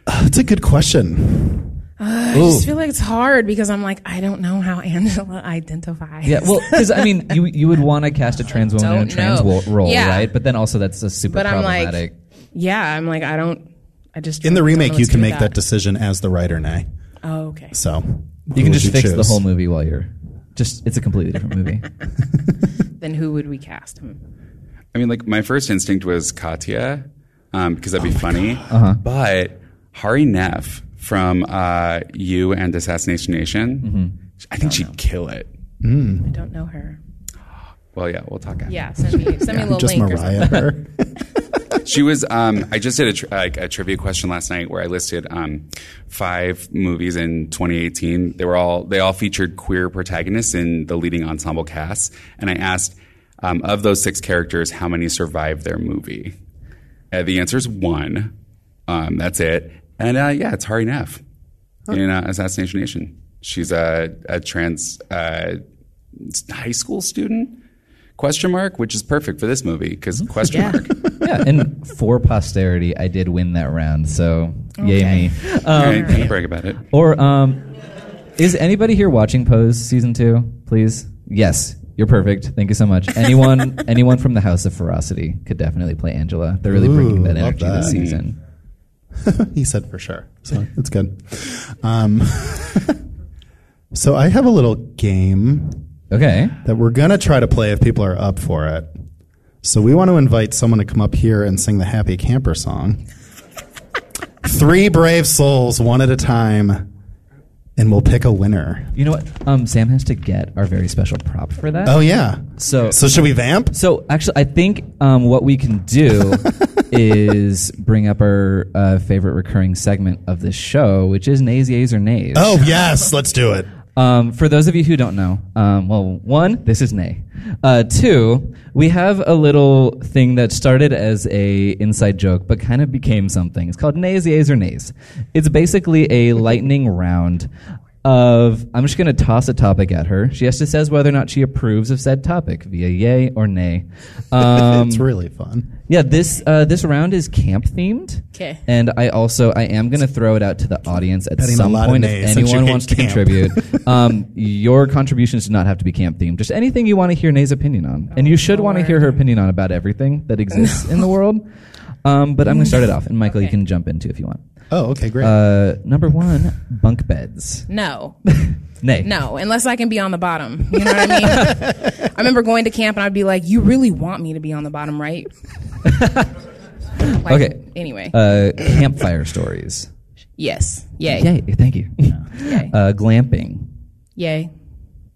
[SPEAKER 4] That's a good question.
[SPEAKER 3] I just feel like it's hard because I'm like, I don't know how [laughs] Angela identifies.
[SPEAKER 2] Yeah, well, because I mean, you you would want to cast a trans woman in a
[SPEAKER 3] Don't
[SPEAKER 2] trans
[SPEAKER 3] know.
[SPEAKER 2] wo- role,
[SPEAKER 3] Yeah.
[SPEAKER 2] right? But then also that's a super
[SPEAKER 3] But I'm like-
[SPEAKER 2] problematic.
[SPEAKER 3] yeah, I'm like, I don't. I just
[SPEAKER 4] In the
[SPEAKER 3] really don't know
[SPEAKER 4] remake,
[SPEAKER 3] what
[SPEAKER 4] you
[SPEAKER 3] to
[SPEAKER 4] can
[SPEAKER 3] do
[SPEAKER 4] make
[SPEAKER 3] with
[SPEAKER 4] that decision as the writer, nay.
[SPEAKER 3] Oh, okay.
[SPEAKER 4] So
[SPEAKER 2] you can just fix the whole
[SPEAKER 4] movie.
[SPEAKER 2] movie while you're just. It's a completely different
[SPEAKER 4] [laughs]
[SPEAKER 2] movie.
[SPEAKER 3] Then who would we cast Hmm, him?
[SPEAKER 1] I mean, like my first instinct was Katya um, because that'd be funny. Uh-huh. But Hari Neff from uh, You and Assassination Nation, I think she'd kill it.
[SPEAKER 3] I don't know her.
[SPEAKER 1] Well, yeah, we'll talk after.
[SPEAKER 3] Yeah, send me send me a little
[SPEAKER 4] Just
[SPEAKER 3] link or something.
[SPEAKER 4] Mariah. [laughs] Her.
[SPEAKER 1] She was. Um, I just did a, tr- like a trivia question last night where I listed um, five movies in 2018. They were all they all featured queer protagonists in the leading ensemble cast, and I asked um, of those six characters, how many survived their movie? And the answer is one. Um, that's it. And uh, yeah, it's Hari Neff in uh, Assassination Nation. She's a, a trans uh, high school student? Question mark, which is perfect for this movie because question
[SPEAKER 3] Yeah.
[SPEAKER 1] mark.
[SPEAKER 2] yeah, and for posterity, I did win that round. So yay
[SPEAKER 3] Okay.
[SPEAKER 2] me. Um,
[SPEAKER 1] I ain't gonna brag about it.
[SPEAKER 2] Or um, is anybody here watching Pose season two? Please, yes, you're perfect. Thank you so much.
[SPEAKER 3] [laughs]
[SPEAKER 2] Anyone, anyone from the House of Ferocity could definitely play Angela. They're really bringing
[SPEAKER 4] Ooh,
[SPEAKER 2] that
[SPEAKER 4] love
[SPEAKER 2] energy this
[SPEAKER 4] that.
[SPEAKER 2] season.
[SPEAKER 4] he said for sure. So it's good. Um, [laughs] so I have a little game
[SPEAKER 2] Okay,
[SPEAKER 4] that we're going to try to play if people are up for it. So we want to invite someone to come up here and sing the Happy
[SPEAKER 2] [laughs]
[SPEAKER 4] Camper song. Three brave souls, one at a time, and we'll pick a winner.
[SPEAKER 2] you know what? Um, Sam has to get our very special prop for that.
[SPEAKER 4] Oh, yeah.
[SPEAKER 2] So-
[SPEAKER 4] so should we vamp?
[SPEAKER 2] So actually, I think um, what we can do is bring up our uh, favorite recurring segment of this show, which is Nays, Yays, or Nays.
[SPEAKER 4] Oh, yes. Let's do it.
[SPEAKER 2] Um, for those of you who don't know, um, well, one, this is Nay. Uh, two, we have a little thing that started as a inside joke, but kind of became something. It's called Nays, Yays, or Nays. It's basically a lightning round of I'm just going to toss a topic at her. She has to says whether or not she approves of said topic via yay or nay. Um,
[SPEAKER 4] it's really fun.
[SPEAKER 2] yeah, this uh, this round is camp themed.
[SPEAKER 3] 'Kay.
[SPEAKER 2] And I also I am going to throw it out to the audience at
[SPEAKER 4] Betting a
[SPEAKER 2] some
[SPEAKER 4] lot of
[SPEAKER 2] point if
[SPEAKER 4] nays since you
[SPEAKER 2] anyone
[SPEAKER 4] hate
[SPEAKER 2] wants to
[SPEAKER 4] camp. [laughs]
[SPEAKER 2] contribute. um, your contributions do not have to be camp themed. Just anything you want to hear Nay's opinion on, and
[SPEAKER 3] Oh,
[SPEAKER 2] you should want to hear her opinion on about everything that exists
[SPEAKER 3] [laughs]
[SPEAKER 2] in the world. Um, but I'm going to start it off, and Michael, you
[SPEAKER 3] Okay.
[SPEAKER 2] can jump into if you want.
[SPEAKER 4] Oh, okay. Great.
[SPEAKER 2] Uh, number one, bunk beds.
[SPEAKER 3] No,
[SPEAKER 2] Nay.
[SPEAKER 3] no, unless I can be on the bottom. You know what I mean? I
[SPEAKER 4] [laughs]
[SPEAKER 3] remember going to camp and I'd be like, "You really want me to be on the bottom, right?" Like,
[SPEAKER 2] Okay.
[SPEAKER 3] Anyway,
[SPEAKER 2] Uh, campfire stories.
[SPEAKER 3] yes, yay,
[SPEAKER 2] Yay! Thank you.
[SPEAKER 3] Yay.
[SPEAKER 2] [laughs] Uh, glamping.
[SPEAKER 3] yay.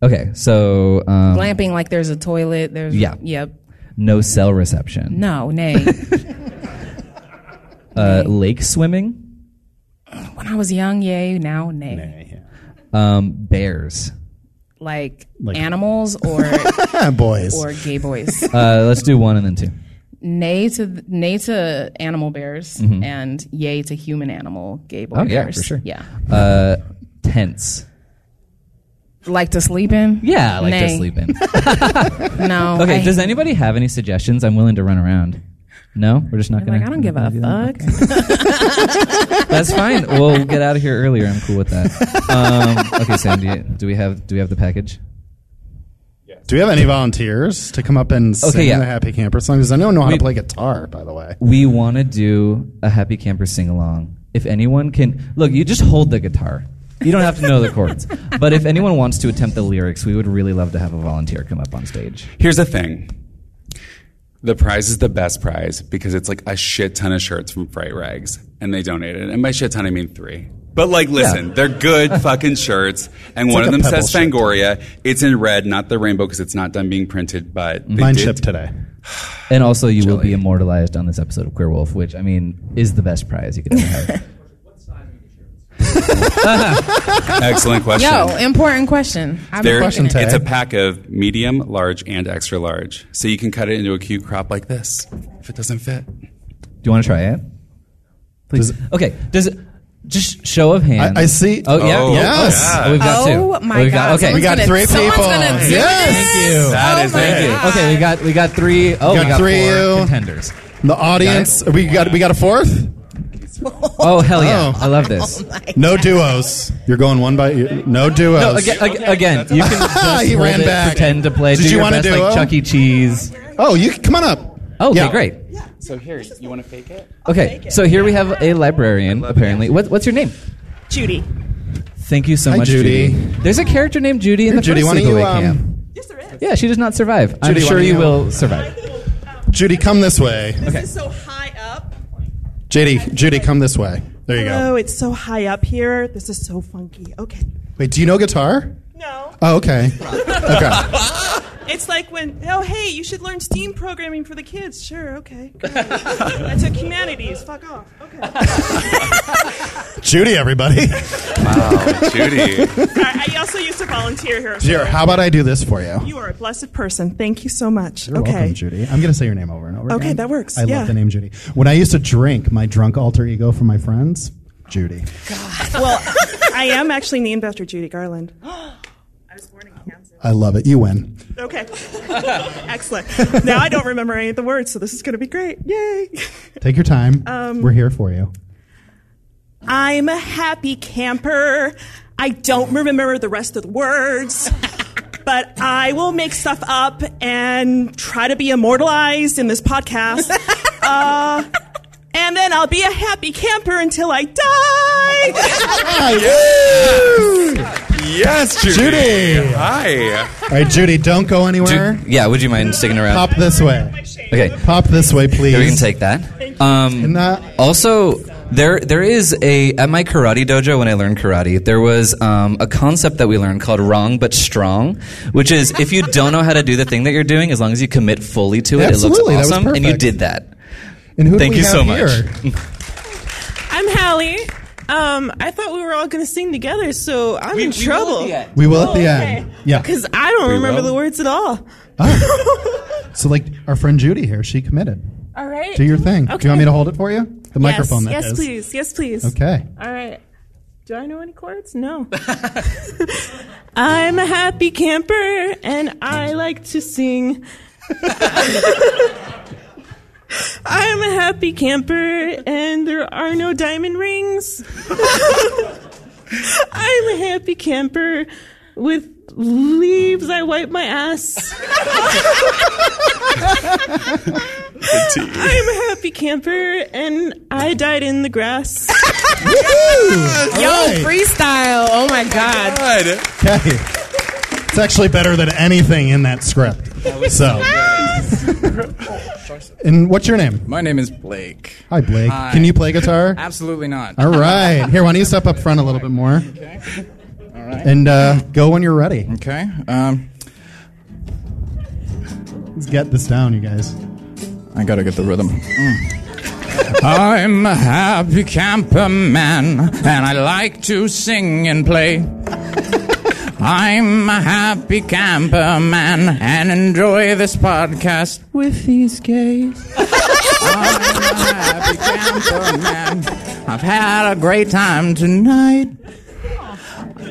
[SPEAKER 2] Okay, so um,
[SPEAKER 3] Glamping like there's a toilet. There's
[SPEAKER 2] Yeah.
[SPEAKER 3] yep.
[SPEAKER 2] no cell reception.
[SPEAKER 3] No, nay.
[SPEAKER 2] uh, lake swimming,
[SPEAKER 3] when I was young, yay. Now, nay.
[SPEAKER 2] um, bears.
[SPEAKER 3] Like,
[SPEAKER 2] [laughs]
[SPEAKER 4] Like-
[SPEAKER 3] animals or
[SPEAKER 4] Ah, boys.
[SPEAKER 3] or gay boys.
[SPEAKER 2] Uh, let's do one and then two.
[SPEAKER 3] nay to th- nay to animal bears and yay to human animal gay boy
[SPEAKER 2] Mm-hmm. Oh, yeah,
[SPEAKER 3] bears.
[SPEAKER 2] for sure.
[SPEAKER 3] Yeah.
[SPEAKER 2] Uh, tents.
[SPEAKER 3] Like to sleep in?
[SPEAKER 2] Yeah, I like
[SPEAKER 3] nay.
[SPEAKER 2] to
[SPEAKER 3] [laughs]
[SPEAKER 2] sleep in.
[SPEAKER 3] No.
[SPEAKER 2] [laughs] Okay,
[SPEAKER 3] I,
[SPEAKER 2] does anybody have any suggestions? I'm willing to run around. No, we're just not gonna.
[SPEAKER 3] like I don't give a
[SPEAKER 2] [laughs]
[SPEAKER 3] fuck.
[SPEAKER 2] That's fine. We'll get out of here earlier. I'm cool with that. Um, okay, Sam, do, you, do we have do we have the package?
[SPEAKER 4] Do we have any volunteers to come up and sing
[SPEAKER 2] yeah.
[SPEAKER 4] the Happy Camper song? Because I don't know how
[SPEAKER 2] We-
[SPEAKER 4] to play guitar, by the way.
[SPEAKER 2] We want to do a happy camper sing along. If anyone can look, you just hold the guitar. You don't have to know the
[SPEAKER 3] [laughs]
[SPEAKER 2] chords. But if anyone wants to attempt the lyrics, we would really love to have a volunteer come up on stage.
[SPEAKER 1] Here's the thing. The prize is the best prize because it's like a shit ton of shirts from Fright Rags and they donated. And by shit ton, I mean three. But like, listen,
[SPEAKER 2] Yeah.
[SPEAKER 1] they're good fucking shirts. And one of
[SPEAKER 4] like a
[SPEAKER 1] them says
[SPEAKER 4] pebble shirt.
[SPEAKER 1] Fangoria. It's in red, not the rainbow because it's not done being printed, but they
[SPEAKER 4] Mine
[SPEAKER 1] did-
[SPEAKER 4] shipped today.
[SPEAKER 2] And also, you will be immortalized on this episode of Queer Wolf, which I mean is the best prize you could ever
[SPEAKER 3] [laughs]
[SPEAKER 2] have.
[SPEAKER 1] [laughs] Excellent question.
[SPEAKER 3] Yo, important question. I'm
[SPEAKER 1] They're-
[SPEAKER 3] question
[SPEAKER 4] tag.
[SPEAKER 1] it's a pack of medium, large, and extra large. So you can cut it into a cute crop like this if it doesn't fit.
[SPEAKER 2] Do you want to try it? Please.
[SPEAKER 4] Does-
[SPEAKER 2] okay. Does it, just show of hands.
[SPEAKER 4] I- I see-
[SPEAKER 2] Oh yeah.
[SPEAKER 1] Oh,
[SPEAKER 4] yes.
[SPEAKER 2] Oh, we've got two.
[SPEAKER 3] Oh my
[SPEAKER 2] We've
[SPEAKER 3] god.
[SPEAKER 2] got, okay.
[SPEAKER 3] someone's
[SPEAKER 4] We got
[SPEAKER 3] gonna-
[SPEAKER 4] three
[SPEAKER 3] someone's
[SPEAKER 4] people.
[SPEAKER 3] gonna do
[SPEAKER 4] Yes.
[SPEAKER 3] this.
[SPEAKER 4] Thank you.
[SPEAKER 1] That
[SPEAKER 3] oh
[SPEAKER 1] is
[SPEAKER 3] my
[SPEAKER 1] it.
[SPEAKER 3] God.
[SPEAKER 2] Okay. We got we got three. Oh,
[SPEAKER 4] got
[SPEAKER 2] we got
[SPEAKER 4] three,
[SPEAKER 2] four
[SPEAKER 4] you.
[SPEAKER 2] contenders.
[SPEAKER 4] The audience, we got we got a fourth.
[SPEAKER 2] Oh hell yeah! I
[SPEAKER 3] [laughs]
[SPEAKER 2] love
[SPEAKER 3] Oh
[SPEAKER 2] this.
[SPEAKER 4] No duos. You're going one by no duos.
[SPEAKER 2] No, again, ag- again, you
[SPEAKER 4] [laughs]
[SPEAKER 2] can just
[SPEAKER 4] He
[SPEAKER 2] hold
[SPEAKER 4] ran
[SPEAKER 2] it,
[SPEAKER 4] back.
[SPEAKER 2] pretend to play. do
[SPEAKER 4] Did you
[SPEAKER 2] your
[SPEAKER 4] wanna
[SPEAKER 2] best,
[SPEAKER 4] do
[SPEAKER 2] like
[SPEAKER 4] it?
[SPEAKER 2] Chuck E. Cheese.
[SPEAKER 4] Oh, you come on up.
[SPEAKER 2] Oh, okay,
[SPEAKER 4] Yeah.
[SPEAKER 2] great.
[SPEAKER 1] So here, you want to fake it?
[SPEAKER 2] Okay, so here we have a librarian. Apparently, what, what's your name?
[SPEAKER 6] Judy.
[SPEAKER 2] Thank you so
[SPEAKER 4] Hi,
[SPEAKER 2] much,
[SPEAKER 4] Judy.
[SPEAKER 2] Judy. There's a character named Judy in the
[SPEAKER 4] Judy, why
[SPEAKER 2] first
[SPEAKER 4] don't you,
[SPEAKER 2] sleepaway
[SPEAKER 4] um,
[SPEAKER 2] camp.
[SPEAKER 6] Yes, there is.
[SPEAKER 2] Yeah, she does not survive. I'm
[SPEAKER 4] Judy, why
[SPEAKER 2] sure
[SPEAKER 4] don't
[SPEAKER 2] you
[SPEAKER 4] you-
[SPEAKER 2] will survive.
[SPEAKER 4] Judy, come this way.
[SPEAKER 6] Um, This is so high up.
[SPEAKER 4] Judy, Judy, come this way. There you
[SPEAKER 6] Oh,
[SPEAKER 4] go.
[SPEAKER 6] it's so high up here. This is so funky. Okay.
[SPEAKER 4] Wait, do you know guitar?
[SPEAKER 6] No.
[SPEAKER 4] Oh, okay.
[SPEAKER 2] [laughs]
[SPEAKER 4] Okay.
[SPEAKER 6] It's like when, oh, hey, you should learn STEAM programming for the kids.
[SPEAKER 4] [laughs]
[SPEAKER 6] Sure, okay. I took humanities. Fuck off. Okay.
[SPEAKER 4] Judy, everybody. [laughs]
[SPEAKER 1] Oh, [laughs] Judy.
[SPEAKER 6] I I also used to volunteer here.
[SPEAKER 4] Here, how about I do this for you?
[SPEAKER 6] You are a blessed person. Thank you so much.
[SPEAKER 4] You're
[SPEAKER 6] okay.
[SPEAKER 4] welcome, Judy. I'm going to say your name over and over
[SPEAKER 6] Okay,
[SPEAKER 4] again.
[SPEAKER 6] that works.
[SPEAKER 4] I
[SPEAKER 6] Yeah.
[SPEAKER 4] love the name Judy. When I used to drink my drunk alter ego for my friends, Judy. [laughs]
[SPEAKER 6] Well, I am actually named after Judy Garland. [gasps] I was born in Kansas.
[SPEAKER 4] I love it. You win.
[SPEAKER 6] Okay. [laughs] Excellent. Now I don't remember any of the words, so this is going to be great. Yay.
[SPEAKER 4] Take your time.
[SPEAKER 6] Um,
[SPEAKER 4] We're here for you.
[SPEAKER 6] I'm a happy camper. I don't remember the rest of the words, [laughs] but I will make stuff up and try to be immortalized in this podcast. [laughs] Uh, and then I'll be a happy camper until I die.
[SPEAKER 1] yes, Judy.
[SPEAKER 4] Judy.
[SPEAKER 1] Hi.
[SPEAKER 4] All right, Judy, don't go anywhere.
[SPEAKER 2] yeah, would you mind sticking around?
[SPEAKER 4] Pop this way.
[SPEAKER 2] Okay,
[SPEAKER 4] Pop this way, please.
[SPEAKER 2] we can take that. Um,
[SPEAKER 4] And uh, that-
[SPEAKER 2] Also, there there is a at my karate dojo when I learned karate, there was um, a concept that we learned called wrong but strong, which is if you don't know how to do the thing that you're doing, as long as you commit fully to it,
[SPEAKER 4] Absolutely,
[SPEAKER 2] it
[SPEAKER 4] that was
[SPEAKER 2] looks awesome, and you
[SPEAKER 4] perfect.
[SPEAKER 2] did that.
[SPEAKER 4] and who do
[SPEAKER 2] Thank
[SPEAKER 4] we
[SPEAKER 2] you
[SPEAKER 4] have
[SPEAKER 2] so
[SPEAKER 4] here?
[SPEAKER 7] [laughs]
[SPEAKER 2] much.
[SPEAKER 7] I'm Hallie. Um, I thought we were all going to sing together, so I'm in trouble.
[SPEAKER 4] We will
[SPEAKER 6] Oh,
[SPEAKER 4] at the end. Yeah.
[SPEAKER 7] Because I don't remember
[SPEAKER 1] will.
[SPEAKER 7] the words at all.
[SPEAKER 4] So, like our friend Judy here, she committed.
[SPEAKER 7] All right.
[SPEAKER 4] Do your thing. Do
[SPEAKER 7] Okay.
[SPEAKER 4] you want me to hold it for you? The microphone. that
[SPEAKER 7] Yes, yes
[SPEAKER 4] is.
[SPEAKER 7] please. Yes, please.
[SPEAKER 4] Okay.
[SPEAKER 7] All right. Do I know any chords? No. [laughs] I'm a happy camper and I like to sing. [laughs] I'm a happy camper and there are no diamond rings. [laughs] I'm a happy camper with leaves. I wipe my ass. I'm a happy camper and I died in the grass.
[SPEAKER 4] Woohoo! All right.
[SPEAKER 3] Freestyle. Oh my God.
[SPEAKER 1] God.
[SPEAKER 4] Okay. It's actually better than anything in that script. So. and what's your name?
[SPEAKER 8] My name is Blake.
[SPEAKER 4] Hi, Blake. Can you play guitar?
[SPEAKER 8] Absolutely not.
[SPEAKER 4] All right. Here, why don't you step up front a little bit more? Okay. All right. And uh, go when you're ready.
[SPEAKER 8] Okay. Um,
[SPEAKER 4] Let's get this down, you guys.
[SPEAKER 8] I gotta get the rhythm. I'm a happy camper man, and I like to sing and play. I'm a happy camper man, and enjoy this podcast with these gays. I'm a happy camper man. I've had a great time tonight.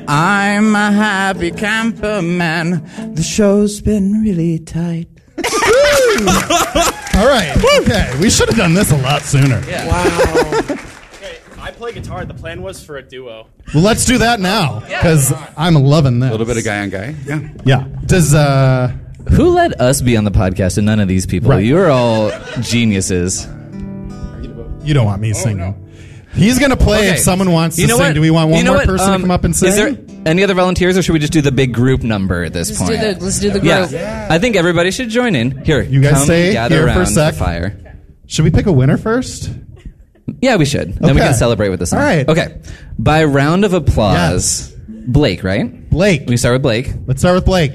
[SPEAKER 8] I'm a happy camper man. The show's been really tight.
[SPEAKER 4] All right. Okay. We should have done this a lot sooner.
[SPEAKER 9] Okay, I play guitar. The plan was for a duo.
[SPEAKER 4] Well, let's do that now because I'm loving this.
[SPEAKER 1] A little bit of guy on guy. Yeah.
[SPEAKER 4] Yeah. Does uh.
[SPEAKER 2] Who let us be on the podcast and none of these people?
[SPEAKER 4] Right.
[SPEAKER 2] You're all geniuses.
[SPEAKER 4] You don't want me singing. He's gonna play
[SPEAKER 2] Oh, Okay.
[SPEAKER 4] if someone wants to
[SPEAKER 2] You know
[SPEAKER 4] sing.
[SPEAKER 2] what?
[SPEAKER 4] Do we want one
[SPEAKER 2] You know
[SPEAKER 4] more
[SPEAKER 2] what?
[SPEAKER 4] person
[SPEAKER 2] Um,
[SPEAKER 4] to come up and sing?
[SPEAKER 2] Is there any other volunteers, or should we just do the big group number at this
[SPEAKER 3] Let's
[SPEAKER 2] point?
[SPEAKER 3] do the, let's do the
[SPEAKER 2] yeah.
[SPEAKER 3] group.
[SPEAKER 2] I think everybody should join in. Here,
[SPEAKER 4] You guys
[SPEAKER 2] come
[SPEAKER 4] stay
[SPEAKER 2] gather
[SPEAKER 4] here for a
[SPEAKER 2] around
[SPEAKER 4] sec.
[SPEAKER 2] the fire.
[SPEAKER 4] Should we pick a winner first?
[SPEAKER 2] Yeah, we should. Then we
[SPEAKER 4] Okay.
[SPEAKER 2] can celebrate with this.
[SPEAKER 4] All right.
[SPEAKER 2] Okay. By round of applause, Blake, right?
[SPEAKER 4] Blake.
[SPEAKER 2] We start with Blake.
[SPEAKER 4] Let's start with Blake.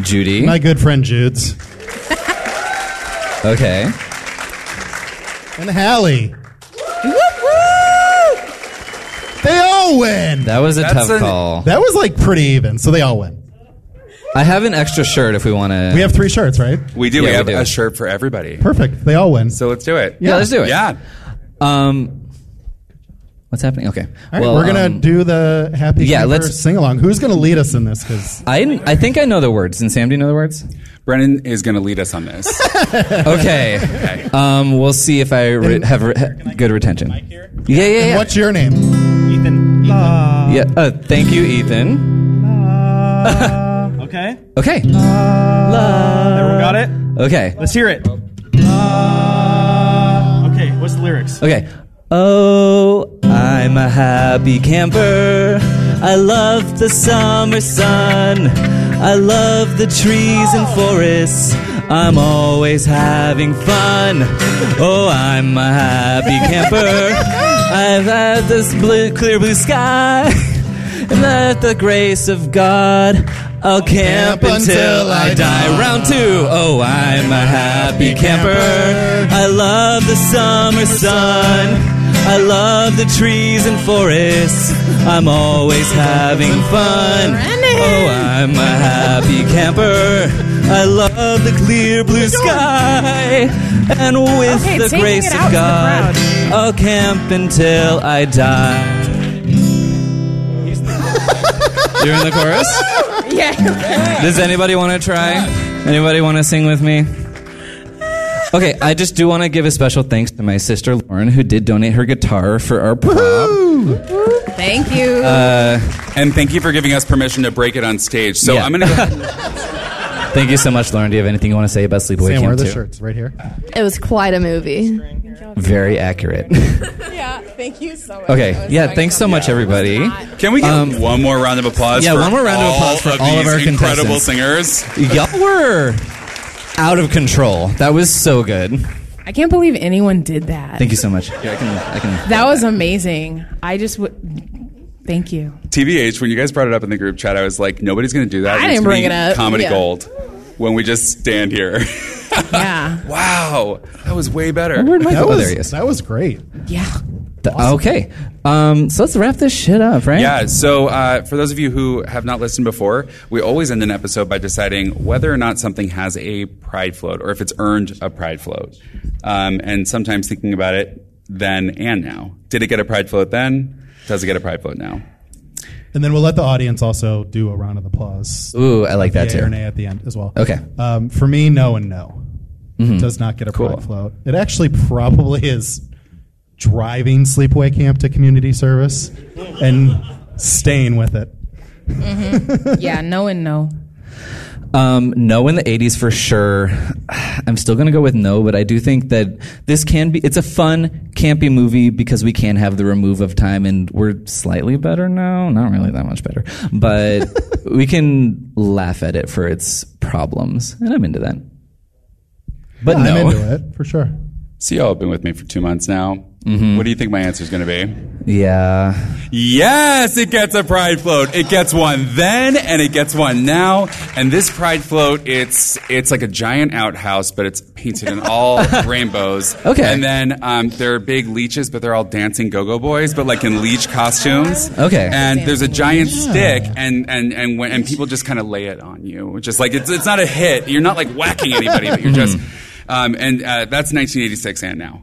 [SPEAKER 2] Judy.
[SPEAKER 4] My good friend Jude's.
[SPEAKER 2] Okay.
[SPEAKER 4] And Hallie. They all win. That,
[SPEAKER 2] That was a
[SPEAKER 1] That's
[SPEAKER 2] tough
[SPEAKER 1] an-
[SPEAKER 2] call.
[SPEAKER 4] was like pretty even, so they all win.
[SPEAKER 2] I have an extra shirt if we want to.
[SPEAKER 4] We have three shirts, right?
[SPEAKER 1] We do.
[SPEAKER 2] Yeah,
[SPEAKER 1] we
[SPEAKER 2] we
[SPEAKER 1] have
[SPEAKER 2] do.
[SPEAKER 1] a shirt for everybody.
[SPEAKER 4] Perfect. They all win.
[SPEAKER 1] So let's do it.
[SPEAKER 2] Yeah, let's do it.
[SPEAKER 1] Yeah.
[SPEAKER 2] Um, what's happening? Okay.
[SPEAKER 4] all right,
[SPEAKER 2] well,
[SPEAKER 4] we're gonna
[SPEAKER 2] um,
[SPEAKER 4] do the happy
[SPEAKER 2] yeah,
[SPEAKER 4] yeah,
[SPEAKER 2] let's-
[SPEAKER 4] sing along. Who's gonna lead us in this? Because
[SPEAKER 2] I, I think I know the words. And Sam, do you know the words?
[SPEAKER 1] Brennan is going to lead us on
[SPEAKER 2] [laughs]
[SPEAKER 1] this.
[SPEAKER 2] Okay. um, we'll see if I re-
[SPEAKER 4] And-
[SPEAKER 2] have re- ha- good retention. Yeah, yeah, yeah.
[SPEAKER 4] what's your name?
[SPEAKER 9] Ethan.
[SPEAKER 2] yeah. Uh, thank you, Ethan.
[SPEAKER 9] [laughs] Okay.
[SPEAKER 2] Okay.
[SPEAKER 9] Everyone got it?
[SPEAKER 2] Okay.
[SPEAKER 9] Let's hear it. Okay, what's the lyrics?
[SPEAKER 2] Okay. Oh, I'm a happy camper. I love the summer sun. I love the trees and forests. I'm always having fun. Oh, I'm a [laughs] happy camper. I've had this blue, clear blue sky. Let the grace of God, I'll camp,
[SPEAKER 4] camp
[SPEAKER 2] until I die. Round two. Oh, I'm a happy camper. I love the summer sun. I love the trees and forests. I'm always having fun. Oh, I'm a happy camper. I love the clear blue sky. And with
[SPEAKER 3] Okay,
[SPEAKER 2] the
[SPEAKER 3] taking
[SPEAKER 2] grace
[SPEAKER 3] it
[SPEAKER 2] of
[SPEAKER 3] out to the
[SPEAKER 2] God,
[SPEAKER 3] crowd.
[SPEAKER 2] I'll camp until I die. You're in the chorus?
[SPEAKER 3] Yeah.
[SPEAKER 2] Does anybody want to try? Anybody want to sing with me? Okay, I just do want to give a special thanks to my sister Lauren, who did donate her guitar for our prom.
[SPEAKER 3] Thank you.
[SPEAKER 2] Uh,
[SPEAKER 1] And thank you for giving us permission to break it on stage. So
[SPEAKER 2] Yeah.
[SPEAKER 1] I'm going to.
[SPEAKER 2] Thank you so much, Lauren. Do you have anything you want to say about Sleepaway
[SPEAKER 4] Sam, where are
[SPEAKER 2] Camp
[SPEAKER 4] the
[SPEAKER 2] 2?
[SPEAKER 4] shirts? Right here.
[SPEAKER 6] It was quite a movie.
[SPEAKER 2] Very accurate.
[SPEAKER 3] yeah. Thank you so much.
[SPEAKER 2] okay, yeah, thanks so much, everybody. [laughs]
[SPEAKER 1] Can we get one more round of applause?
[SPEAKER 2] Um, yeah,
[SPEAKER 1] for
[SPEAKER 2] one more round of
[SPEAKER 1] all
[SPEAKER 2] applause for
[SPEAKER 1] of
[SPEAKER 2] all of
[SPEAKER 1] these
[SPEAKER 2] our
[SPEAKER 1] incredible
[SPEAKER 2] contestants.
[SPEAKER 1] singers.
[SPEAKER 2] Y'all were out of control. That was so good.
[SPEAKER 3] I can't believe anyone did that.
[SPEAKER 2] Thank you so much. Here, I can, I can.
[SPEAKER 3] That was amazing. I just would. Thank you.
[SPEAKER 1] TBH, when you guys brought it up in the group chat, I was like, nobody's going to do that.
[SPEAKER 3] I
[SPEAKER 1] It's
[SPEAKER 3] didn't
[SPEAKER 1] gonna
[SPEAKER 3] bring
[SPEAKER 1] be
[SPEAKER 3] it up.
[SPEAKER 1] Comedy
[SPEAKER 3] Yeah.
[SPEAKER 1] gold. When we just stand
[SPEAKER 2] [laughs]
[SPEAKER 1] here.
[SPEAKER 3] Yeah.
[SPEAKER 1] wow, that was way better.
[SPEAKER 2] Where'd my
[SPEAKER 4] That
[SPEAKER 2] oh,
[SPEAKER 4] was,
[SPEAKER 2] there he is.
[SPEAKER 4] that was great.
[SPEAKER 3] Yeah.
[SPEAKER 2] Th- Okay, um, so let's wrap this shit up, right?
[SPEAKER 1] Yeah. So, uh, for those of you who have not listened before, we always end an episode by deciding whether or not something has a pride float or if it's earned a pride float. Um, and sometimes thinking about it then and now. Did it get a pride float then? Does it get a pride float now?
[SPEAKER 4] And then we'll let the audience also do a round of applause.
[SPEAKER 2] Ooh, I like that
[SPEAKER 4] Yay
[SPEAKER 2] too.
[SPEAKER 4] or nay at the end as well.
[SPEAKER 2] Okay. Mm-hmm.
[SPEAKER 4] Um, for me, no and no. Does not get a
[SPEAKER 1] Cool.
[SPEAKER 4] pride float. It actually probably is driving sleepaway camp to community service and staying with it.
[SPEAKER 3] Yeah. No and no.
[SPEAKER 2] Um, no in the 80s for sure. I'm still going to go with no, but I do think that this can be, it's a fun, campy movie because we can have the remove of time and we're slightly better now. Not really that much better,
[SPEAKER 4] [laughs]
[SPEAKER 2] but we can laugh at it for its problems. And I'm into that. But
[SPEAKER 4] I'm
[SPEAKER 2] no.
[SPEAKER 4] into it for sure.
[SPEAKER 1] So, y'all have been with me for two months now. What do you think my answer is going to be?
[SPEAKER 2] Yeah.
[SPEAKER 1] Yes, it gets a pride float. It gets one then and it gets one now. And this pride float, it's it's like a giant outhouse, but it's painted in all rainbows.
[SPEAKER 2] Okay.
[SPEAKER 1] And then um, there are big leeches, but they're all dancing go-go boys, but like in leech costumes.
[SPEAKER 2] Okay.
[SPEAKER 1] And there's a giant stick, and and and when, and people just kind of lay it on you, just like it's it's not a hit. You're not like whacking anybody, but you're just. Um, and uh, that's 1986 and now.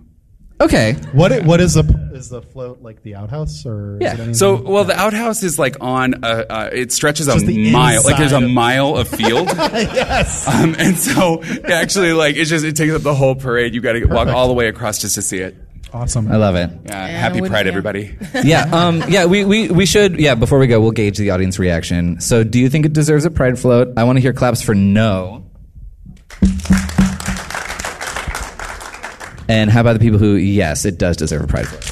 [SPEAKER 2] Okay.
[SPEAKER 4] What it, what is the is the float like the outhouse or
[SPEAKER 2] Yeah.
[SPEAKER 4] Is it anything?
[SPEAKER 1] So, well, the outhouse is like on a, uh, it stretches a
[SPEAKER 4] Just the
[SPEAKER 1] mile, like there's a
[SPEAKER 4] inside of-
[SPEAKER 1] mile of
[SPEAKER 2] [laughs]
[SPEAKER 1] field.
[SPEAKER 4] [laughs] yes.
[SPEAKER 1] um, and so actually like it's just, it takes up the whole parade. You got to walk all the way across just to see it.
[SPEAKER 4] Awesome.
[SPEAKER 2] I love it.
[SPEAKER 1] Uh, happy
[SPEAKER 3] wouldn't-
[SPEAKER 1] pride,
[SPEAKER 3] yeah. [laughs]
[SPEAKER 1] everybody.
[SPEAKER 2] Yeah. Um, yeah. We, we, we should, yeah, before we go, we'll gauge the audience reaction. So do you think it deserves a pride float? I want to hear claps for no. And how about the people who, yes, it does deserve a pride float?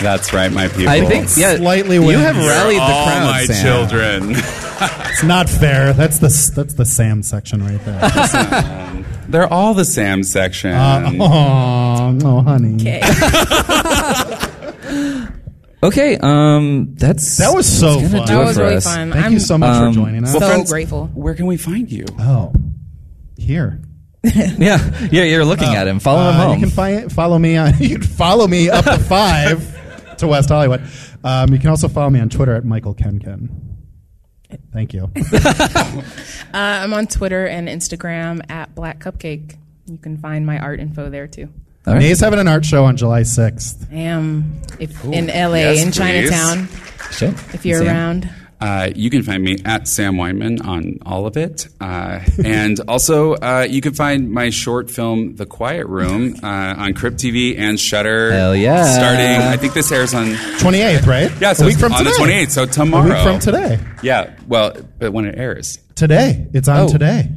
[SPEAKER 1] That's right, my people.
[SPEAKER 2] I think, yeah.
[SPEAKER 4] Slightly
[SPEAKER 2] You
[SPEAKER 4] wins.
[SPEAKER 2] have
[SPEAKER 4] You're
[SPEAKER 2] rallied the
[SPEAKER 1] all
[SPEAKER 2] crowd.
[SPEAKER 1] my
[SPEAKER 2] Sam.
[SPEAKER 1] children.
[SPEAKER 2] [laughs]
[SPEAKER 4] It's not fair. That's the s- that's the Sam section
[SPEAKER 2] [laughs]
[SPEAKER 4] right there. Just-
[SPEAKER 1] They're all the Sam section.
[SPEAKER 2] Uh, oh.
[SPEAKER 4] Aw, no, Uh, oh, honey.
[SPEAKER 2] Okay. Um, that's,
[SPEAKER 4] That was so
[SPEAKER 2] that's gonna
[SPEAKER 4] fun.
[SPEAKER 2] do
[SPEAKER 3] That
[SPEAKER 2] it
[SPEAKER 3] was
[SPEAKER 2] for
[SPEAKER 3] really
[SPEAKER 2] us.
[SPEAKER 3] fun.
[SPEAKER 4] Thank
[SPEAKER 3] I'm
[SPEAKER 4] you so much
[SPEAKER 2] Um,
[SPEAKER 4] for joining us.
[SPEAKER 3] so
[SPEAKER 1] friends-
[SPEAKER 3] grateful.
[SPEAKER 1] Where can we find you?
[SPEAKER 4] oh, here.
[SPEAKER 2] Yeah. [laughs] Yeah. You're looking at him. Follow
[SPEAKER 4] Uh,
[SPEAKER 2] him home.
[SPEAKER 4] You can fi- follow me on. [laughs] You can follow me up to five to West Hollywood. Um, you can also follow me on Twitter at Michael Kenken. Thank
[SPEAKER 1] [laughs]
[SPEAKER 4] you.
[SPEAKER 3] Uh, I'm on Twitter and Instagram at Black Cupcake. You can find my art info there too.
[SPEAKER 2] All right.
[SPEAKER 4] Nays having an art show on July sixth.
[SPEAKER 3] I am if, in LA,
[SPEAKER 1] Yes,
[SPEAKER 3] in
[SPEAKER 1] please.
[SPEAKER 3] Chinatown,
[SPEAKER 2] Shit.
[SPEAKER 3] if you're
[SPEAKER 2] Sam.
[SPEAKER 3] around.
[SPEAKER 1] Uh, you can find me at Sam Wyman on all of it.
[SPEAKER 2] [laughs]
[SPEAKER 1] Uh, and also, uh, you can find my short film, The Quiet Room, uh, on Crypt TV and Shutter.
[SPEAKER 2] Hell yeah.
[SPEAKER 1] Starting, I think this airs on
[SPEAKER 4] Twenty eighth, right?
[SPEAKER 1] Yeah, so
[SPEAKER 4] a week from
[SPEAKER 1] on the
[SPEAKER 4] today.
[SPEAKER 1] 28th, so
[SPEAKER 4] A
[SPEAKER 1] tomorrow.
[SPEAKER 4] week from today.
[SPEAKER 1] Yeah, well, but when it airs.
[SPEAKER 4] Today, it's on
[SPEAKER 2] Oh.
[SPEAKER 4] today.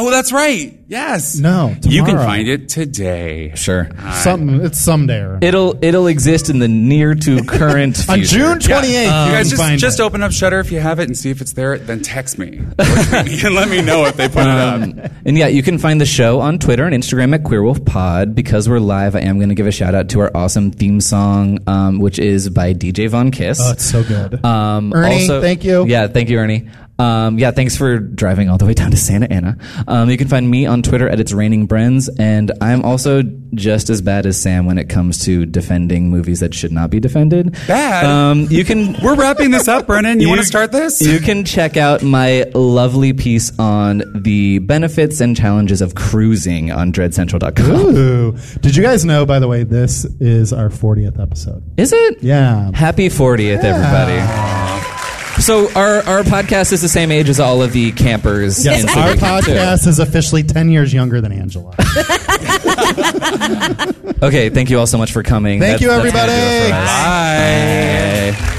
[SPEAKER 1] Oh, that's right. Yes.
[SPEAKER 4] No,
[SPEAKER 1] You can
[SPEAKER 4] tomorrow.
[SPEAKER 1] find it today.
[SPEAKER 2] Sure.
[SPEAKER 4] Something. It's someday. Or
[SPEAKER 2] It'll it'll exist in the near
[SPEAKER 4] [laughs]
[SPEAKER 2] to current future.
[SPEAKER 4] On June 28th,
[SPEAKER 1] you
[SPEAKER 4] you
[SPEAKER 1] guys
[SPEAKER 4] can
[SPEAKER 1] just,
[SPEAKER 4] find
[SPEAKER 1] just open up Shutter if you have it and see if it's there. Then text
[SPEAKER 4] [laughs]
[SPEAKER 1] me [laughs] and let me know if they put it
[SPEAKER 4] Uh,
[SPEAKER 1] up.
[SPEAKER 2] Um, and yeah, you can find the show on Twitter and Instagram at Queerwolf Pod. Because we're live, I am going to give a shout out to our awesome theme song, um, which is by DJ Von Kiss.
[SPEAKER 4] Oh, it's so good.
[SPEAKER 2] Um,
[SPEAKER 4] Ernie,
[SPEAKER 2] also-
[SPEAKER 4] thank you.
[SPEAKER 2] Yeah, thank you, Ernie. Um, yeah, thanks for driving all the way down to Santa Ana. Um, you can find me on Twitter at It's Raining Brens, and I'm also just as bad as Sam when it comes to defending movies that should not be defended.
[SPEAKER 1] Bad?
[SPEAKER 2] Um, you can.
[SPEAKER 1] We're wrapping this up, Brennan. You, want to start this?
[SPEAKER 2] You can check out my lovely piece on the benefits and challenges of cruising on dreadcentral.com.
[SPEAKER 4] Ooh. Did you guys know, by the way, this is our 40th episode?
[SPEAKER 2] Is it?
[SPEAKER 4] Yeah.
[SPEAKER 2] Happy 40th, everybody. So our, our podcast is the same age as all of the campers.
[SPEAKER 4] Yes,
[SPEAKER 2] in
[SPEAKER 4] our
[SPEAKER 2] [laughs] Sydney, too.
[SPEAKER 4] podcast is officially 10 years younger than Angela.
[SPEAKER 2] Okay, thank you all so much for coming.
[SPEAKER 4] Thank you, everybody.
[SPEAKER 2] Bye. Bye.